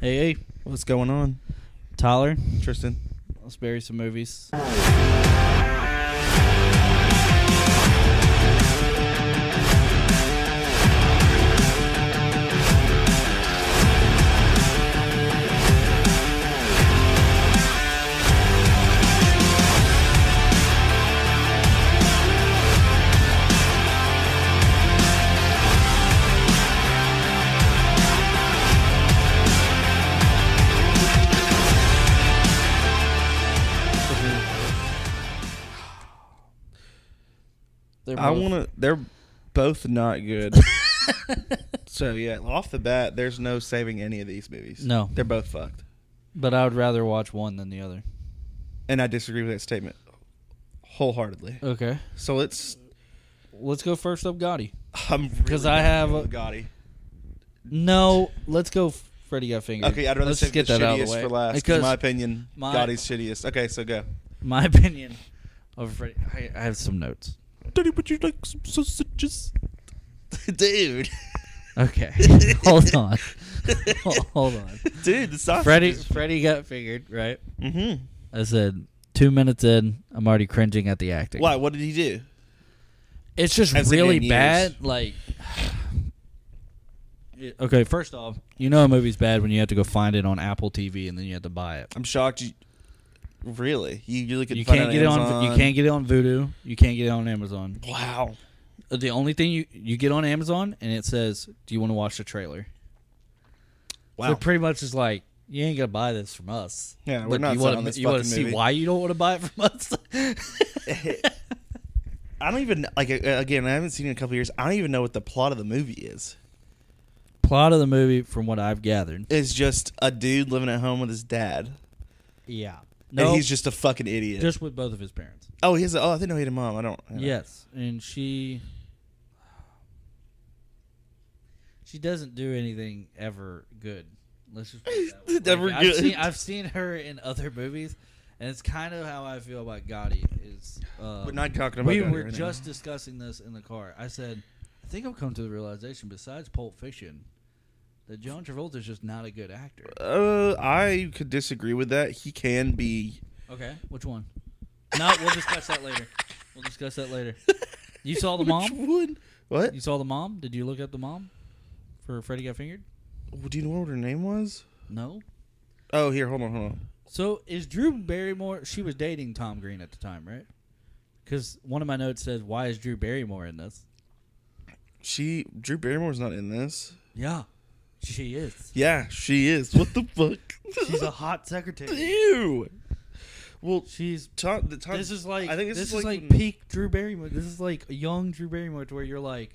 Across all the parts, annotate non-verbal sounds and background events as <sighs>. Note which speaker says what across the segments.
Speaker 1: Hey, hey,
Speaker 2: What's going on,
Speaker 1: Tyler.
Speaker 2: Tristan?
Speaker 1: Let's bury some movies. They're
Speaker 2: I
Speaker 1: both-
Speaker 2: want to. They're both not
Speaker 1: <laughs>
Speaker 2: good. so yeah, off the bat, there's no saving any of these movies.
Speaker 1: No.
Speaker 2: they're both fucked.
Speaker 1: but I would rather watch one than the other.
Speaker 2: And I disagree with that statement wholeheartedly.
Speaker 1: Okay,
Speaker 2: So let's.
Speaker 1: let's go first up, Gotti.
Speaker 2: I'm
Speaker 1: 'Cause
Speaker 2: really
Speaker 1: I
Speaker 2: not
Speaker 1: have
Speaker 2: good
Speaker 1: a-
Speaker 2: with Gotti.
Speaker 1: No, let's go. F- Freddy got fingered.
Speaker 2: Okay, I'd rather
Speaker 1: let's
Speaker 2: save
Speaker 1: just get
Speaker 2: the
Speaker 1: that out of
Speaker 2: shittiest
Speaker 1: the way
Speaker 2: for last. 'cause
Speaker 1: Because
Speaker 2: my opinion,
Speaker 1: my-
Speaker 2: Gotti's shittiest. Okay, so go.
Speaker 1: my opinion of Freddy. I, I have some notes.
Speaker 2: Daddy, would you like some sausages?
Speaker 1: <laughs> Dude. Okay, <laughs> hold
Speaker 2: <laughs>
Speaker 1: on, hold on.
Speaker 2: Dude, the sausage.
Speaker 1: Freddy, Freddy got fingered, right?
Speaker 2: Mm-hmm.
Speaker 1: I said two minutes in, I'm already cringing at the acting.
Speaker 2: Why? What did he do?
Speaker 1: It's just
Speaker 2: Hasn't
Speaker 1: really
Speaker 2: been years.
Speaker 1: bad. Like, <sighs> Yeah, okay, first off, you know a movie's bad when you have to go find it on Apple TV and then you have to buy it.
Speaker 2: I'm shocked. You really? You, you look at
Speaker 1: You
Speaker 2: find
Speaker 1: can't
Speaker 2: out
Speaker 1: get it on.
Speaker 2: Amazon.
Speaker 1: You can't get it on Vudu. You can't get it on Amazon.
Speaker 2: Wow.
Speaker 1: The only thing you you get on Amazon and it says, "Do you want to watch the trailer?"
Speaker 2: Wow.
Speaker 1: They're pretty much just like, "You ain't gonna buy this from us."
Speaker 2: Yeah, we're
Speaker 1: But
Speaker 2: not
Speaker 1: you wanna-
Speaker 2: selling this
Speaker 1: You wanna
Speaker 2: fucking
Speaker 1: see
Speaker 2: movie.
Speaker 1: why you don't want to buy it from us?
Speaker 2: <laughs> I don't even like uh, again. I haven't seen it in a couple years. I don't even know what the plot of the movie is.
Speaker 1: Plot of the movie, from what I've gathered.
Speaker 2: It's just a dude living at home with his dad,
Speaker 1: Yeah.
Speaker 2: and he's just a fucking idiot.
Speaker 1: just with both of his parents.
Speaker 2: oh, he has. A, oh, I didn't know he had a mom. I don't. I don't-
Speaker 1: Yes, and she she doesn't do anything ever good. Let's just put it that way. Like,
Speaker 2: <laughs> Ever
Speaker 1: I've
Speaker 2: good.
Speaker 1: Seen, I've seen her in other movies, and it's kind of how I feel about Gotti. Is uh,
Speaker 2: We're not talking about.
Speaker 1: we
Speaker 2: Gotti
Speaker 1: were
Speaker 2: right now.
Speaker 1: just discussing this in the car. I said, I think I've come to the realization, besides Pulp Fiction, that John Travolta is just not a good actor.
Speaker 2: Uh, I could disagree with that. He can be.
Speaker 1: Okay, which one? No, we'll discuss that later. We'll discuss that later. You saw the
Speaker 2: <laughs> Which
Speaker 1: mom?
Speaker 2: one? What?
Speaker 1: You saw the mom? Did you look up the mom for Freddy Got Fingered?
Speaker 2: Do you know what her name was?
Speaker 1: No.
Speaker 2: Oh, here, hold on, hold on.
Speaker 1: So is Drew Barrymore? She was dating Tom Green at the time, right? Because one of my notes says, "Why is Drew Barrymore in this?"
Speaker 2: She Drew Barrymore's not in this.
Speaker 1: Yeah, she is.
Speaker 2: Yeah, she is. What the fuck?
Speaker 1: She's a <laughs> hot secretary.
Speaker 2: <laughs> Ew. Well,
Speaker 1: She's.
Speaker 2: Tom, the Tom,
Speaker 1: This is like.
Speaker 2: I think this,
Speaker 1: is, like,
Speaker 2: when-
Speaker 1: peak Drew Barrymore. This is like a young Drew Barrymore, to where you're like,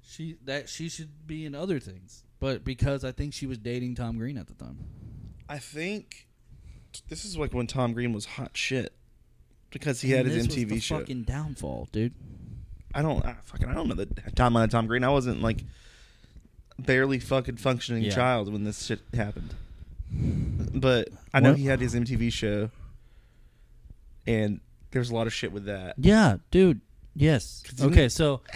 Speaker 1: she that she should be in other things, but because I think she was dating Tom Green at the time.
Speaker 2: I think this is like when Tom Green was hot shit because he had
Speaker 1: And
Speaker 2: his
Speaker 1: this was
Speaker 2: MTV
Speaker 1: the
Speaker 2: show.
Speaker 1: Fucking downfall, dude.
Speaker 2: I don't I fucking I don't know the timeline of Tom Green. I wasn't like barely fucking functioning
Speaker 1: Yeah.
Speaker 2: child when this shit happened. But I know
Speaker 1: What-
Speaker 2: he had his MTV show, and there's a lot of shit with that.
Speaker 1: Yeah, dude. Yes.
Speaker 2: 'Cause you
Speaker 1: Okay,
Speaker 2: need-
Speaker 1: so <sighs>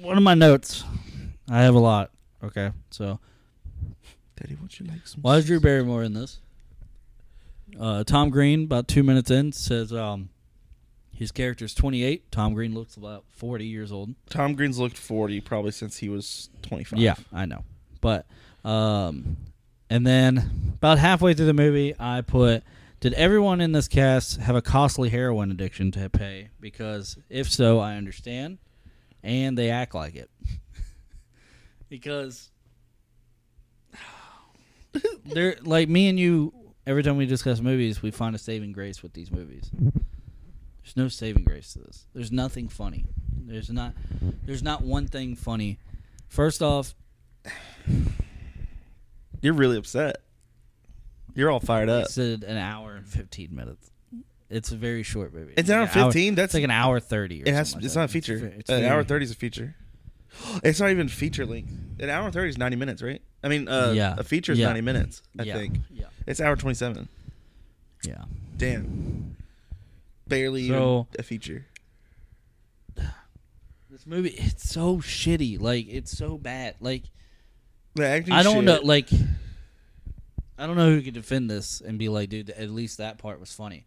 Speaker 1: one of my notes. I have a lot. Okay, so
Speaker 2: Daddy, would you like some?
Speaker 1: why is Drew Barrymore in this? Uh, Tom Green, about two minutes in, says um, his character's 28. Tom Green looks about 40 years old.
Speaker 2: Tom Green's looked forty probably since he was twenty five.
Speaker 1: Yeah, I know. But um and then about halfway through the movie I put did everyone in this cast have a costly heroin addiction to pay? Because if so, I understand. And they act like it. <laughs> because <sighs> they're like me and you every time we discuss movies, we find a saving grace with these movies. There's no saving grace to this. There's nothing funny. There's not there's not one thing funny. First off,
Speaker 2: you're really upset. You're all fired up.
Speaker 1: it's a- an hour and 15 minutes. It's a very short movie.
Speaker 2: It's an hour
Speaker 1: like an
Speaker 2: 15? That's-
Speaker 1: it's like an hour 30 or
Speaker 2: It has.
Speaker 1: something like
Speaker 2: it's
Speaker 1: that.
Speaker 2: not a feature. Uh,
Speaker 1: ve- it's
Speaker 2: an
Speaker 1: very-
Speaker 2: hour thirty is a feature. It's not even feature length. An hour thirty is ninety minutes, right? I mean, uh,
Speaker 1: Yeah.
Speaker 2: a feature is
Speaker 1: Yeah.
Speaker 2: ninety minutes. I
Speaker 1: yeah.
Speaker 2: think
Speaker 1: Yeah.
Speaker 2: it's hour twenty-seven.
Speaker 1: Yeah.
Speaker 2: Damn, barely
Speaker 1: So-
Speaker 2: even a feature.
Speaker 1: This movie it's so shitty. Like it's so bad. Like
Speaker 2: The acting
Speaker 1: I don't
Speaker 2: shit-
Speaker 1: know like I don't know who could defend this and be like, dude, at least that part was funny.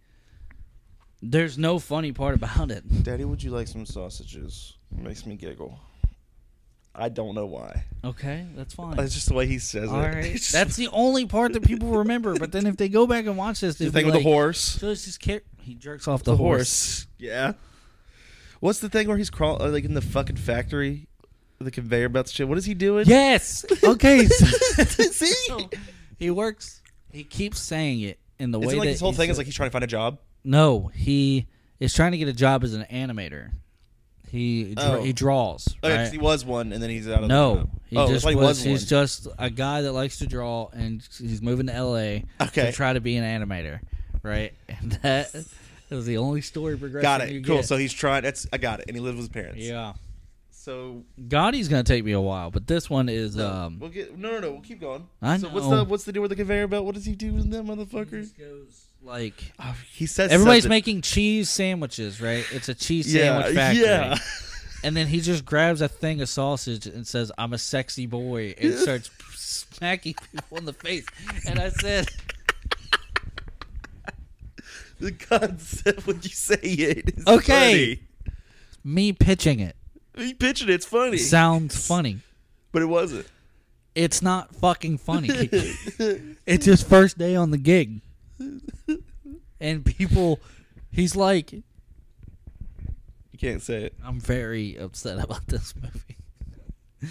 Speaker 1: There's no funny part about it.
Speaker 2: Daddy, would you like some sausages? Makes me giggle. I don't know why.
Speaker 1: Okay, that's fine.
Speaker 2: That's just the way he says
Speaker 1: All
Speaker 2: it. <laughs>
Speaker 1: right, that's the only part that people remember. But then if they go back and watch this,
Speaker 2: the
Speaker 1: they'll
Speaker 2: thing
Speaker 1: be
Speaker 2: with the
Speaker 1: like,
Speaker 2: horse.
Speaker 1: So it's just car- he jerks off the, horse.
Speaker 2: Yeah. What's the thing where he's crawling like in the fucking factory, the conveyor belts and shit? What is he doing?
Speaker 1: Yes. <laughs>
Speaker 2: <laughs>
Speaker 1: Okay. so-
Speaker 2: See?
Speaker 1: he works. He keeps saying it in the
Speaker 2: Is
Speaker 1: way
Speaker 2: it like
Speaker 1: that
Speaker 2: his whole
Speaker 1: he
Speaker 2: thing is
Speaker 1: said-
Speaker 2: like he's trying to find a job?
Speaker 1: No, he is trying to get a job as an animator. He dr-
Speaker 2: Oh.
Speaker 1: he draws.
Speaker 2: Oh, yeah, 'cause
Speaker 1: right?
Speaker 2: he was one, and then he's out of the
Speaker 1: no,
Speaker 2: job.
Speaker 1: he
Speaker 2: oh,
Speaker 1: just
Speaker 2: that's why he
Speaker 1: was,
Speaker 2: was
Speaker 1: he's
Speaker 2: one.
Speaker 1: just a guy that likes to draw, and he's moving to L.A.
Speaker 2: Okay.
Speaker 1: to try to be an animator, right? <laughs> And that was the only story progression.
Speaker 2: got
Speaker 1: you
Speaker 2: it. Cool.
Speaker 1: get.
Speaker 2: So he's trying. That's I got it. And he lives with his parents.
Speaker 1: yeah,
Speaker 2: So
Speaker 1: Gotti's gonna take me a while, but this one is um.
Speaker 2: we'll get no, no, no. We'll keep going.
Speaker 1: I
Speaker 2: so what's
Speaker 1: know.
Speaker 2: the what's the deal with the conveyor belt? What does he do with that motherfucker?
Speaker 1: goes like
Speaker 2: Oh, he says
Speaker 1: everybody's
Speaker 2: something.
Speaker 1: making cheese sandwiches, right? It's a cheese
Speaker 2: yeah,
Speaker 1: sandwich factory.
Speaker 2: yeah. <laughs>
Speaker 1: And then he just grabs a thing of sausage and says, "I'm a sexy boy," and starts smacking people in the face. And I said,
Speaker 2: the concept when you say it is
Speaker 1: Okay. "Me pitching it
Speaker 2: funny. He pitching it's funny,
Speaker 1: sounds funny.
Speaker 2: but it wasn't. <laughs>
Speaker 1: It's not fucking funny. it's his first day on the gig, and people." He's like,
Speaker 2: You can't say it.
Speaker 1: I'm very upset about this movie.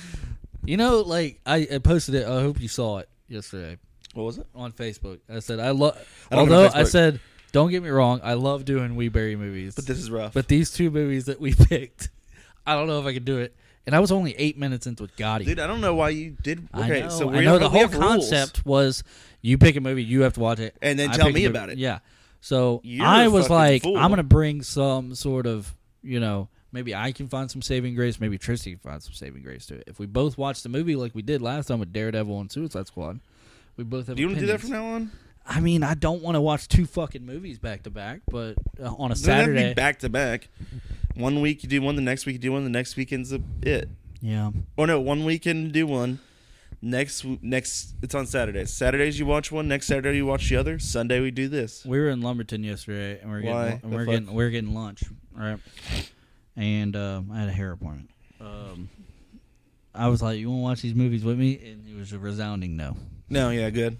Speaker 1: you know, like I, I posted it. I hope you saw it yesterday
Speaker 2: What was it?
Speaker 1: on Facebook. I said I love.
Speaker 2: I don't go to
Speaker 1: Although I
Speaker 2: Facebook.
Speaker 1: said, don't get me wrong, I love doing We Berry movies,
Speaker 2: But this is rough.
Speaker 1: but these two movies that we <laughs> picked, I don't know if I could do it. And I was only eight minutes into it. Gotti.
Speaker 2: dude, I don't know why you did.
Speaker 1: I
Speaker 2: Okay,
Speaker 1: know,
Speaker 2: so
Speaker 1: I
Speaker 2: we
Speaker 1: know
Speaker 2: have-
Speaker 1: the
Speaker 2: we
Speaker 1: whole
Speaker 2: have rules.
Speaker 1: concept was you pick a movie, you have to watch it,
Speaker 2: And then
Speaker 1: I
Speaker 2: tell
Speaker 1: pick a
Speaker 2: me
Speaker 1: movie-
Speaker 2: about it.
Speaker 1: Yeah. So
Speaker 2: You're
Speaker 1: I
Speaker 2: a
Speaker 1: was
Speaker 2: fucking
Speaker 1: like,
Speaker 2: fool.
Speaker 1: I'm gonna bring some sort of, you know, maybe I can find some saving grace, maybe Tristy can find some saving grace to it. If we both watch the movie like we did last time with Daredevil and Suicide Squad, we both have.
Speaker 2: Do you want to do that
Speaker 1: opinions.
Speaker 2: from now on?
Speaker 1: I mean, I don't want to watch two fucking movies back to back, but uh, on a
Speaker 2: Doesn't have to be
Speaker 1: Saturday,
Speaker 2: back to back. One week you do one, the next week you do one, the next weekend's a, it.
Speaker 1: yeah,
Speaker 2: Or no, one weekend do one. Next w- next it's on Saturdays. Saturdays you watch one. Next Saturday you watch the other. Sunday we do this.
Speaker 1: we were in Lumberton yesterday, and we are
Speaker 2: Why
Speaker 1: getting, and
Speaker 2: the
Speaker 1: we are
Speaker 2: fuck?
Speaker 1: getting we are getting lunch, right? And um, I had a hair appointment. Um, I was like, "You want to watch these movies with me?" And it was a resounding no.
Speaker 2: No, yeah, good.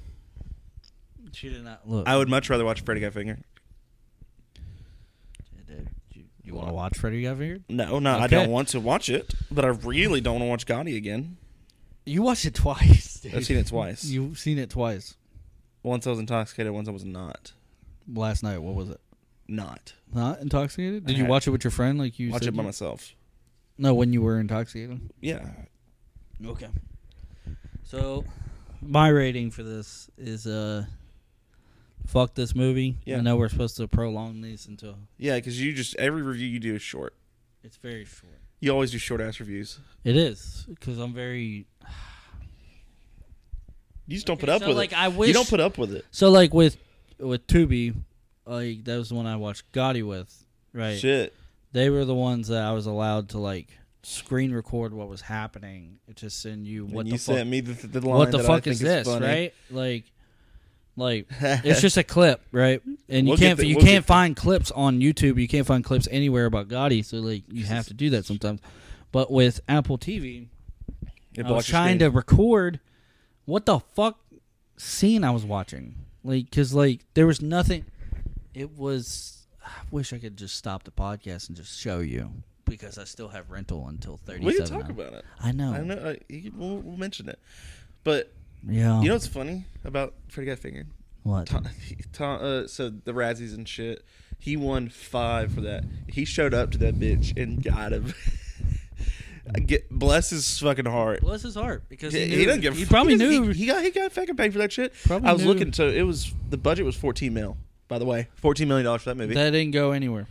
Speaker 1: She did not look.
Speaker 2: I would much rather watch Freddy Guy Finger.
Speaker 1: You, want to watch Freddy Got Fingered?
Speaker 2: No, no, I
Speaker 1: Okay.
Speaker 2: don't want to watch it, but I really don't want to watch Gotti again.
Speaker 1: You watched it twice. dude.
Speaker 2: I've seen it twice.
Speaker 1: You've seen it twice.
Speaker 2: Once I was intoxicated, once I was not.
Speaker 1: Last night, what was it?
Speaker 2: Not.
Speaker 1: Not intoxicated? Did
Speaker 2: I
Speaker 1: you
Speaker 2: had-
Speaker 1: watch it with your friend? Like you
Speaker 2: watch
Speaker 1: said
Speaker 2: it by
Speaker 1: you-
Speaker 2: myself.
Speaker 1: No, when you were intoxicated.
Speaker 2: Yeah.
Speaker 1: Okay. So, my rating for this is uh, fuck this movie.
Speaker 2: Yeah.
Speaker 1: I know we're supposed to prolong these until
Speaker 2: Yeah, because you just, every review you do is short.
Speaker 1: it's very short.
Speaker 2: You always do short ass reviews.
Speaker 1: It is because I'm very
Speaker 2: You just don't put
Speaker 1: Okay,
Speaker 2: up
Speaker 1: so,
Speaker 2: with
Speaker 1: like,
Speaker 2: it.
Speaker 1: I
Speaker 2: You
Speaker 1: wish-
Speaker 2: don't put up with it.
Speaker 1: so like with with Tubi, like that was the one I watched Gotti with, right?
Speaker 2: Shit.
Speaker 1: They were the ones that I was allowed to like screen record what was happening to send you what
Speaker 2: and
Speaker 1: the
Speaker 2: you
Speaker 1: fuck
Speaker 2: sent me the, the line
Speaker 1: what the
Speaker 2: that I
Speaker 1: fuck
Speaker 2: think
Speaker 1: is this,
Speaker 2: funny.
Speaker 1: right? Like,
Speaker 2: <laughs>
Speaker 1: like it's just a clip, right? And you
Speaker 2: We'll get
Speaker 1: can't
Speaker 2: the-
Speaker 1: you
Speaker 2: we'll
Speaker 1: can't
Speaker 2: get the-
Speaker 1: find clips on YouTube. You can't find clips anywhere about Gotti. So like you have to do that sometimes. But with Apple TV,
Speaker 2: It
Speaker 1: I was
Speaker 2: blocks your
Speaker 1: trying to
Speaker 2: screen.
Speaker 1: record what the fuck scene I was watching. Like, cause like there was nothing. It was. I wish I could just stop the podcast and just show you because I still have rental until thirty.
Speaker 2: We can talk about it.
Speaker 1: I know.
Speaker 2: I know. I, you can- we'll, we'll mention it. But
Speaker 1: Yeah.
Speaker 2: you know what's funny about Freddy Guy Finger?
Speaker 1: what?
Speaker 2: Tom, Tom, uh, so the Razzies and shit. He won five for that. He showed up to that bitch and got him. <laughs> I get bless his fucking heart.
Speaker 1: Bless his heart because he,
Speaker 2: He,
Speaker 1: knew,
Speaker 2: he doesn't give. a
Speaker 1: He
Speaker 2: fuck.
Speaker 1: probably
Speaker 2: doesn't-
Speaker 1: knew.
Speaker 2: He, he got he got fucking paid for that shit.
Speaker 1: Probably
Speaker 2: I was
Speaker 1: knew.
Speaker 2: looking. So it was the budget was fourteen mil. By the way, fourteen million dollars for that movie. That,
Speaker 1: that didn't go anywhere.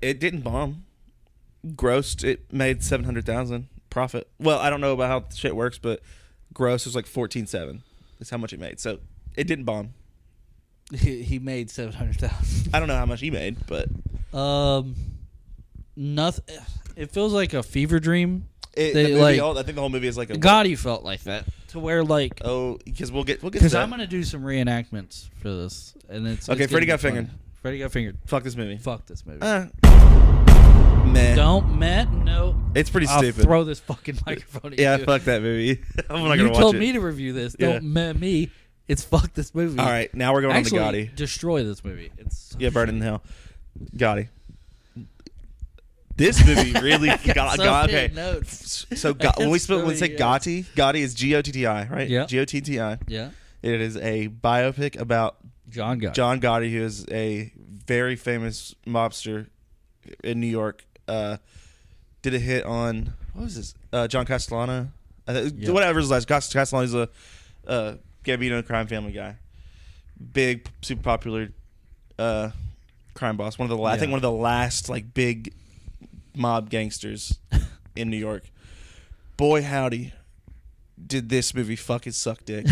Speaker 2: it didn't bomb. Grossed it made seven hundred thousand profit. Well, I don't know about how shit works, but gross was like fourteen seven. Is how much it made. So it didn't bomb.
Speaker 1: <laughs> He, he made seven hundred thousand.
Speaker 2: I don't know how much he made, but
Speaker 1: Um, nothing. It feels like a fever dream.
Speaker 2: It,
Speaker 1: They,
Speaker 2: the movie,
Speaker 1: like-
Speaker 2: all, I think the whole movie is like a
Speaker 1: Gotti felt like that to where like
Speaker 2: Oh, because we'll get we'll get to
Speaker 1: because
Speaker 2: that.
Speaker 1: I'm gonna do some reenactments for this, and it's
Speaker 2: Okay,
Speaker 1: it's
Speaker 2: Freddy
Speaker 1: gonna
Speaker 2: Got
Speaker 1: be fun.
Speaker 2: Fingered.
Speaker 1: Freddy got fingered.
Speaker 2: fuck this movie.
Speaker 1: Fuck this movie.
Speaker 2: Uh, meh.
Speaker 1: Don't Matt. No,
Speaker 2: It's pretty
Speaker 1: I'll
Speaker 2: stupid.
Speaker 1: Throw this fucking microphone. At
Speaker 2: yeah,
Speaker 1: you.
Speaker 2: fuck that movie. <laughs> I'm not
Speaker 1: you
Speaker 2: gonna watch
Speaker 1: told
Speaker 2: it.
Speaker 1: me to review this.
Speaker 2: Yeah.
Speaker 1: Don't meh me. It's fuck this movie.
Speaker 2: All right, now we're going
Speaker 1: Actually,
Speaker 2: on to Gotti.
Speaker 1: destroy this movie. It's
Speaker 2: Yeah, burn it in hell.
Speaker 1: <laughs>
Speaker 2: Gotti. This movie really
Speaker 1: I got
Speaker 2: got,
Speaker 1: so
Speaker 2: got-
Speaker 1: many
Speaker 2: okay.
Speaker 1: notes.
Speaker 2: So Go- when we
Speaker 1: It's
Speaker 2: spell, when we say
Speaker 1: really, uh,
Speaker 2: Gotti, Gotti is G O T T I, right?
Speaker 1: Yeah.
Speaker 2: G O T T I.
Speaker 1: yeah,
Speaker 2: It is a biopic about
Speaker 1: John got <laughs>
Speaker 2: John Gotti, who is a very famous mobster in New York, uh, did a hit on what was this? Uh, John Castellano, I th-
Speaker 1: Yeah.
Speaker 2: whatever his last. Cast- Castellano's a uh, Gambino crime family guy, big, super popular uh, crime boss. One of the la- I think
Speaker 1: Yeah.
Speaker 2: one of the last like big mob
Speaker 1: <laughs>
Speaker 2: gangsters in New York. Boy howdy, did this movie fucking suck dick.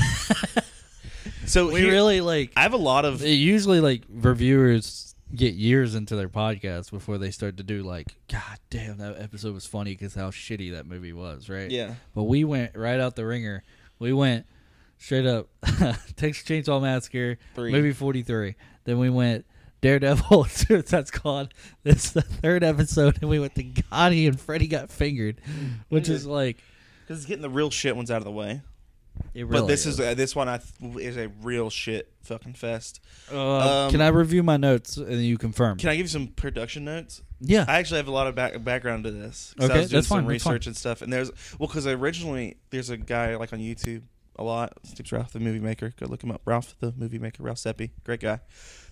Speaker 2: so
Speaker 1: we
Speaker 2: here-
Speaker 1: really like.
Speaker 2: I have a lot of
Speaker 1: it usually like reviewers get years into their podcast before they start to do like, God damn, that episode was funny because how shitty that movie was, right?
Speaker 2: yeah.
Speaker 1: But we went right out the ringer. We went straight up <laughs> Texas Chainsaw Massacre,
Speaker 2: Three.
Speaker 1: movie 43. Then we went Daredevil, <laughs> Suicide Squad. This is the third episode, and we went to Gotti and Freddy Got Fingered, which is like,
Speaker 2: Because it's getting the real shit ones out of the way.
Speaker 1: it really
Speaker 2: but this is,
Speaker 1: is.
Speaker 2: uh, this one I th- is a real shit fucking fest.
Speaker 1: Uh,
Speaker 2: um,
Speaker 1: can I review my notes and you confirm?
Speaker 2: Can I give you some production notes?
Speaker 1: yeah.
Speaker 2: I actually have a lot of back- background to this. 'cause I
Speaker 1: Okay,
Speaker 2: was doing
Speaker 1: that's
Speaker 2: some
Speaker 1: fine, that's fine.
Speaker 2: research and stuff. And there's well, because originally there's a guy like on YouTube a lot. His name's Ralph the movie maker. Go look him up. Ralph the movie maker. Ralph Seppi, great guy.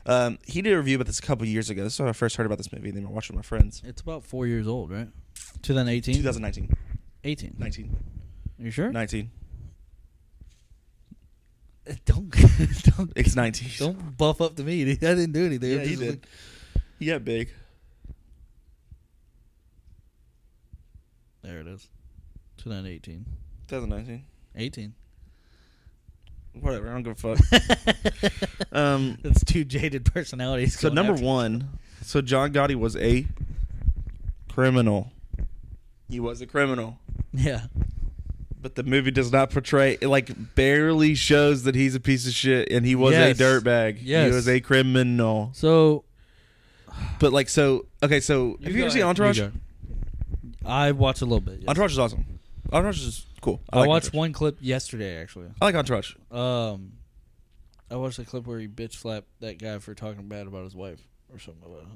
Speaker 2: Um, he did a review about this a couple years ago. This is when I first heard about this movie. And then I watched it with my friends.
Speaker 1: it's about four years old, right? 2018?
Speaker 2: 2019,
Speaker 1: 18.
Speaker 2: 19,
Speaker 1: You sure?
Speaker 2: 19.
Speaker 1: <laughs> Don't, <laughs> don't,
Speaker 2: It's 19.
Speaker 1: don't buff up to me. <laughs> dude. I didn't do anything.
Speaker 2: Yeah,
Speaker 1: I'm
Speaker 2: he
Speaker 1: just
Speaker 2: did.
Speaker 1: like-
Speaker 2: He got big.
Speaker 1: There it is. 2018.
Speaker 2: 2019.
Speaker 1: 18.
Speaker 2: Whatever. I don't give a fuck. <laughs>
Speaker 1: <laughs>
Speaker 2: Um,
Speaker 1: That's two jaded personalities.
Speaker 2: So
Speaker 1: going
Speaker 2: number
Speaker 1: after-
Speaker 2: one, so John Gotti was a criminal. He was a criminal,
Speaker 1: Yeah.
Speaker 2: but the movie does not portray. It like barely shows that he's a piece of shit, and he was
Speaker 1: Yes.
Speaker 2: a dirtbag.
Speaker 1: Yes.
Speaker 2: he was a criminal.
Speaker 1: So
Speaker 2: But like, so okay, so have you ever seen Entourage?
Speaker 1: I watched a little bit. yes.
Speaker 2: Entourage is awesome. Entourage is cool.
Speaker 1: I,
Speaker 2: like
Speaker 1: watched
Speaker 2: Entourage.
Speaker 1: one clip yesterday, actually.
Speaker 2: I like Entourage.
Speaker 1: Um, I watched a clip where he bitch slapped that guy for talking bad about his wife or something. About it.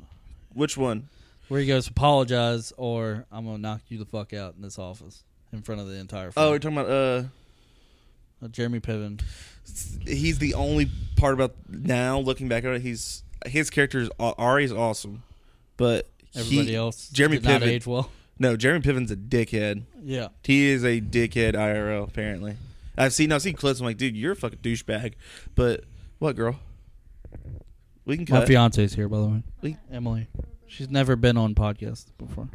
Speaker 2: Which one?
Speaker 1: Where he goes, apologize, or I'm gonna knock you the fuck out in this office in front of the entire.
Speaker 2: Oh,
Speaker 1: Firm.
Speaker 2: we're talking about uh.
Speaker 1: Uh, Jeremy Piven.
Speaker 2: he's the only part about now looking back on it. He's his character is aw- Ari's awesome, but he-
Speaker 1: Everybody else.
Speaker 2: Jeremy
Speaker 1: did not
Speaker 2: Piven-
Speaker 1: age well.
Speaker 2: No, Jeremy Piven's a dickhead.
Speaker 1: Yeah.
Speaker 2: He is a dickhead IRL. Apparently, I've seen I've seen clips. I'm like, dude, you're a fucking douchebag. But what, girl? We can
Speaker 1: My
Speaker 2: cut.
Speaker 1: fiance's here, by the way.
Speaker 2: We-
Speaker 1: Emily. She's never been on podcast before.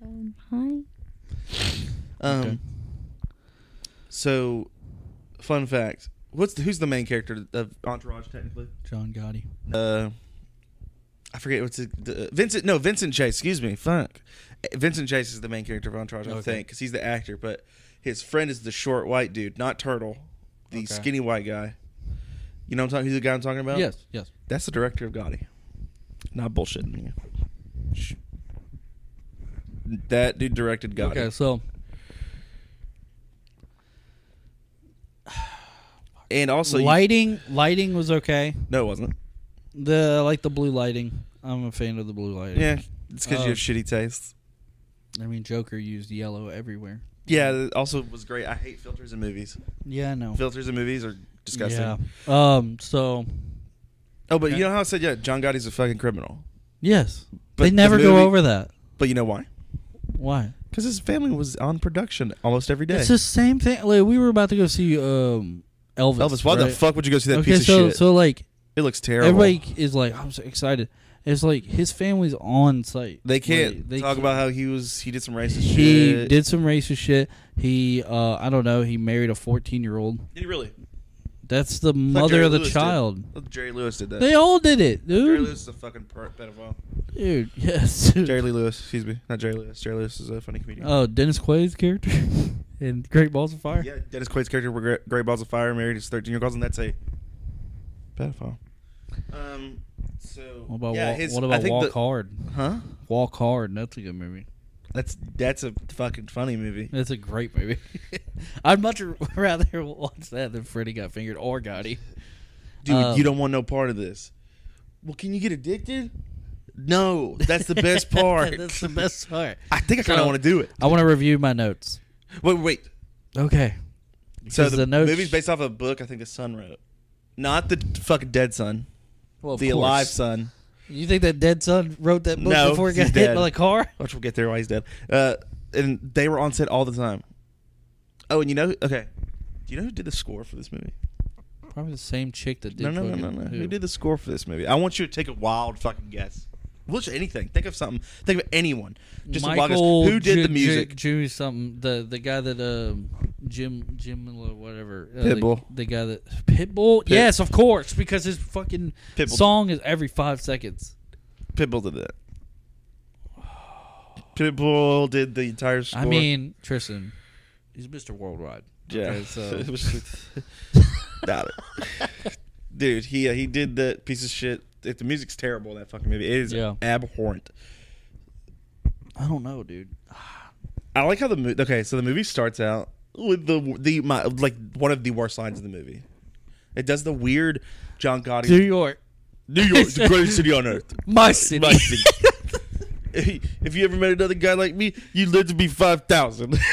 Speaker 3: So,
Speaker 2: <laughs>
Speaker 3: hi.
Speaker 2: um,
Speaker 1: Okay.
Speaker 2: So, fun fact: What's the, who's the main character of Entourage technically?
Speaker 1: John Gotti.
Speaker 2: uh, I forget what's it, the, Vincent. No, Vincent Chase. Excuse me. Fuck. Vincent Chase is the main character of Entourage, I
Speaker 1: Okay.
Speaker 2: think, because he's the actor. But his friend is the short white dude, not Turtle, the
Speaker 1: Okay.
Speaker 2: skinny white guy. You know, what I'm talking. Who's the guy I'm talking about?
Speaker 1: Yes, yes.
Speaker 2: that's the director of Gotti. Not bullshitting you. Sh- That dude directed Gotti.
Speaker 1: Okay, so
Speaker 2: And also, you-
Speaker 1: lighting lighting was okay.
Speaker 2: no, it wasn't.
Speaker 1: The I like the blue lighting. I'm a fan of the blue lighting.
Speaker 2: Yeah, it's because
Speaker 1: Oh.
Speaker 2: you have shitty taste.
Speaker 1: I mean Joker used yellow everywhere.
Speaker 2: Yeah, it also was great. I hate filters in movies.
Speaker 1: Yeah, I know.
Speaker 2: Filters in movies are disgusting.
Speaker 1: Yeah. Um so
Speaker 2: Oh, but
Speaker 1: Okay.
Speaker 2: you know how I said, yeah, John Gotti's a fucking criminal.
Speaker 1: yes.
Speaker 2: But
Speaker 1: they
Speaker 2: the
Speaker 1: never go
Speaker 2: movie-
Speaker 1: over that.
Speaker 2: But you know why?
Speaker 1: Why?
Speaker 2: Because his family was on production almost every day.
Speaker 1: It's the same thing. Like we were about to go see um Elvis.
Speaker 2: Elvis, why the
Speaker 1: right?
Speaker 2: fuck would you go see that
Speaker 1: okay,
Speaker 2: piece of
Speaker 1: so
Speaker 2: shit?
Speaker 1: so like
Speaker 2: it looks terrible.
Speaker 1: Everybody is like, I'm so excited. It's like his family's on site.
Speaker 2: they can't
Speaker 1: Like, they
Speaker 2: talk
Speaker 1: can't-
Speaker 2: about how he was he did some racist
Speaker 1: he
Speaker 2: shit.
Speaker 1: did some racist shit. He, uh, I don't know, he married a 14 year old.
Speaker 2: Did he really?
Speaker 1: That's the
Speaker 2: Like
Speaker 1: mother
Speaker 2: Jerry
Speaker 1: of the
Speaker 2: Lewis did.
Speaker 1: child.
Speaker 2: Look, Jerry Lewis did that.
Speaker 1: They all did it,
Speaker 2: Jerry
Speaker 1: dude.
Speaker 2: Lewis is a fucking per- pedophile.
Speaker 1: Dude, <laughs> yes. dude.
Speaker 2: Jerry Lee Lewis, excuse me, not Jerry Lewis. Jerry Lewis is a funny comedian.
Speaker 1: Oh, Dennis Quaid's character. <laughs> in Great Balls of Fire?
Speaker 2: Yeah, Dennis Quaid's character, were Great- Great Balls of Fire, married his 13 year old cousin. That's a pedophile. Um, so.
Speaker 1: What about
Speaker 2: yeah,
Speaker 1: Walk,
Speaker 2: his-
Speaker 1: what
Speaker 2: I
Speaker 1: about
Speaker 2: think
Speaker 1: Walk
Speaker 2: the-
Speaker 1: Hard?
Speaker 2: Huh?
Speaker 1: Walk Hard. That's a good movie.
Speaker 2: That's that's a fucking funny movie.
Speaker 1: That's a great movie. <laughs> I'd much <laughs> rather watch that than Freddy Got Fingered or Gotti.
Speaker 2: Dude,
Speaker 1: Um,
Speaker 2: you don't want no part of this. Well, can you get addicted? No, that's the best
Speaker 1: <laughs>
Speaker 2: part.
Speaker 1: That's the best part.
Speaker 2: I think I kind
Speaker 1: So-
Speaker 2: of want to do it.
Speaker 1: I want to review my notes.
Speaker 2: Wait, wait.
Speaker 1: Okay.
Speaker 2: So
Speaker 1: Because
Speaker 2: the,
Speaker 1: the notes-
Speaker 2: movie's based off a book I think the son wrote, not the fucking dead son,
Speaker 1: Well, of
Speaker 2: the
Speaker 1: course.
Speaker 2: alive son.
Speaker 1: You think that dead son wrote that book
Speaker 2: No,
Speaker 1: before he
Speaker 2: he's
Speaker 1: got hit
Speaker 2: dead.
Speaker 1: by the car?
Speaker 2: Which we'll get there while he's dead. Uh, and they were on set all the time. Oh, and you know, okay, do you know who did the score for this movie?
Speaker 1: Probably the same chick that did.
Speaker 2: no, no, no,
Speaker 1: fucking-
Speaker 2: no, no. Who? did the score for this movie? I want you to take a wild fucking guess. We'll just anything. Think of something. Think of anyone. Just a wild guess.
Speaker 1: Michael
Speaker 2: Who did
Speaker 1: Ju-
Speaker 2: the music?
Speaker 1: Ju- Ju- something the the guy that um Jim Jim or whatever uh, the-
Speaker 2: Pitbull.
Speaker 1: The, guy that Pitbull.
Speaker 2: Pit-
Speaker 1: yes, of course, because his fucking
Speaker 2: Pitbull.
Speaker 1: song is every five seconds.
Speaker 2: Pitbull did that. Pitbull did the entire score.
Speaker 1: I mean, Tristan, he's Mr. Worldwide.
Speaker 2: yeah.
Speaker 1: Okay, so-
Speaker 2: <laughs> It
Speaker 1: <laughs>
Speaker 2: was- Doubt it. <laughs> Dude, he uh, he did that piece of shit. If the music's terrible in that fucking movie. It is
Speaker 1: Yeah.
Speaker 2: abhorrent.
Speaker 1: I don't know, dude.
Speaker 2: I like how the movie. Okay, so the movie starts out with the the my, like one of the worst lines in the movie. It does the weird John Gotti.
Speaker 1: New York,
Speaker 2: New York
Speaker 1: <laughs>
Speaker 2: is the greatest city on earth.
Speaker 1: my city.
Speaker 2: My city.
Speaker 1: <laughs>
Speaker 2: Hey, <laughs> if you ever met another guy like me, you live to be five thousand. <laughs>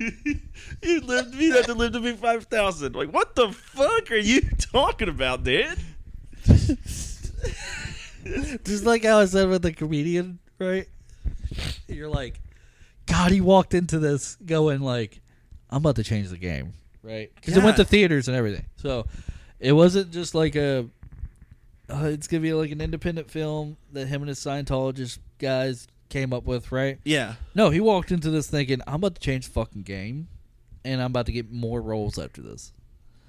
Speaker 2: you lived to be that to live to be five thousand. Like what the fuck are you <laughs> talking about, dude?
Speaker 1: Just like how I said with the comedian, right? You're like, God, he walked into this going like, I'm about to change the game, right? Because it went
Speaker 2: Yeah.
Speaker 1: to theaters and everything, so it wasn't just like a. Uh, it's gonna be like an independent film that him and his Scientologist guys came up with, right?
Speaker 2: Yeah.
Speaker 1: No, he walked into this thinking, I'm about to change the fucking game, and I'm about to get more roles after this.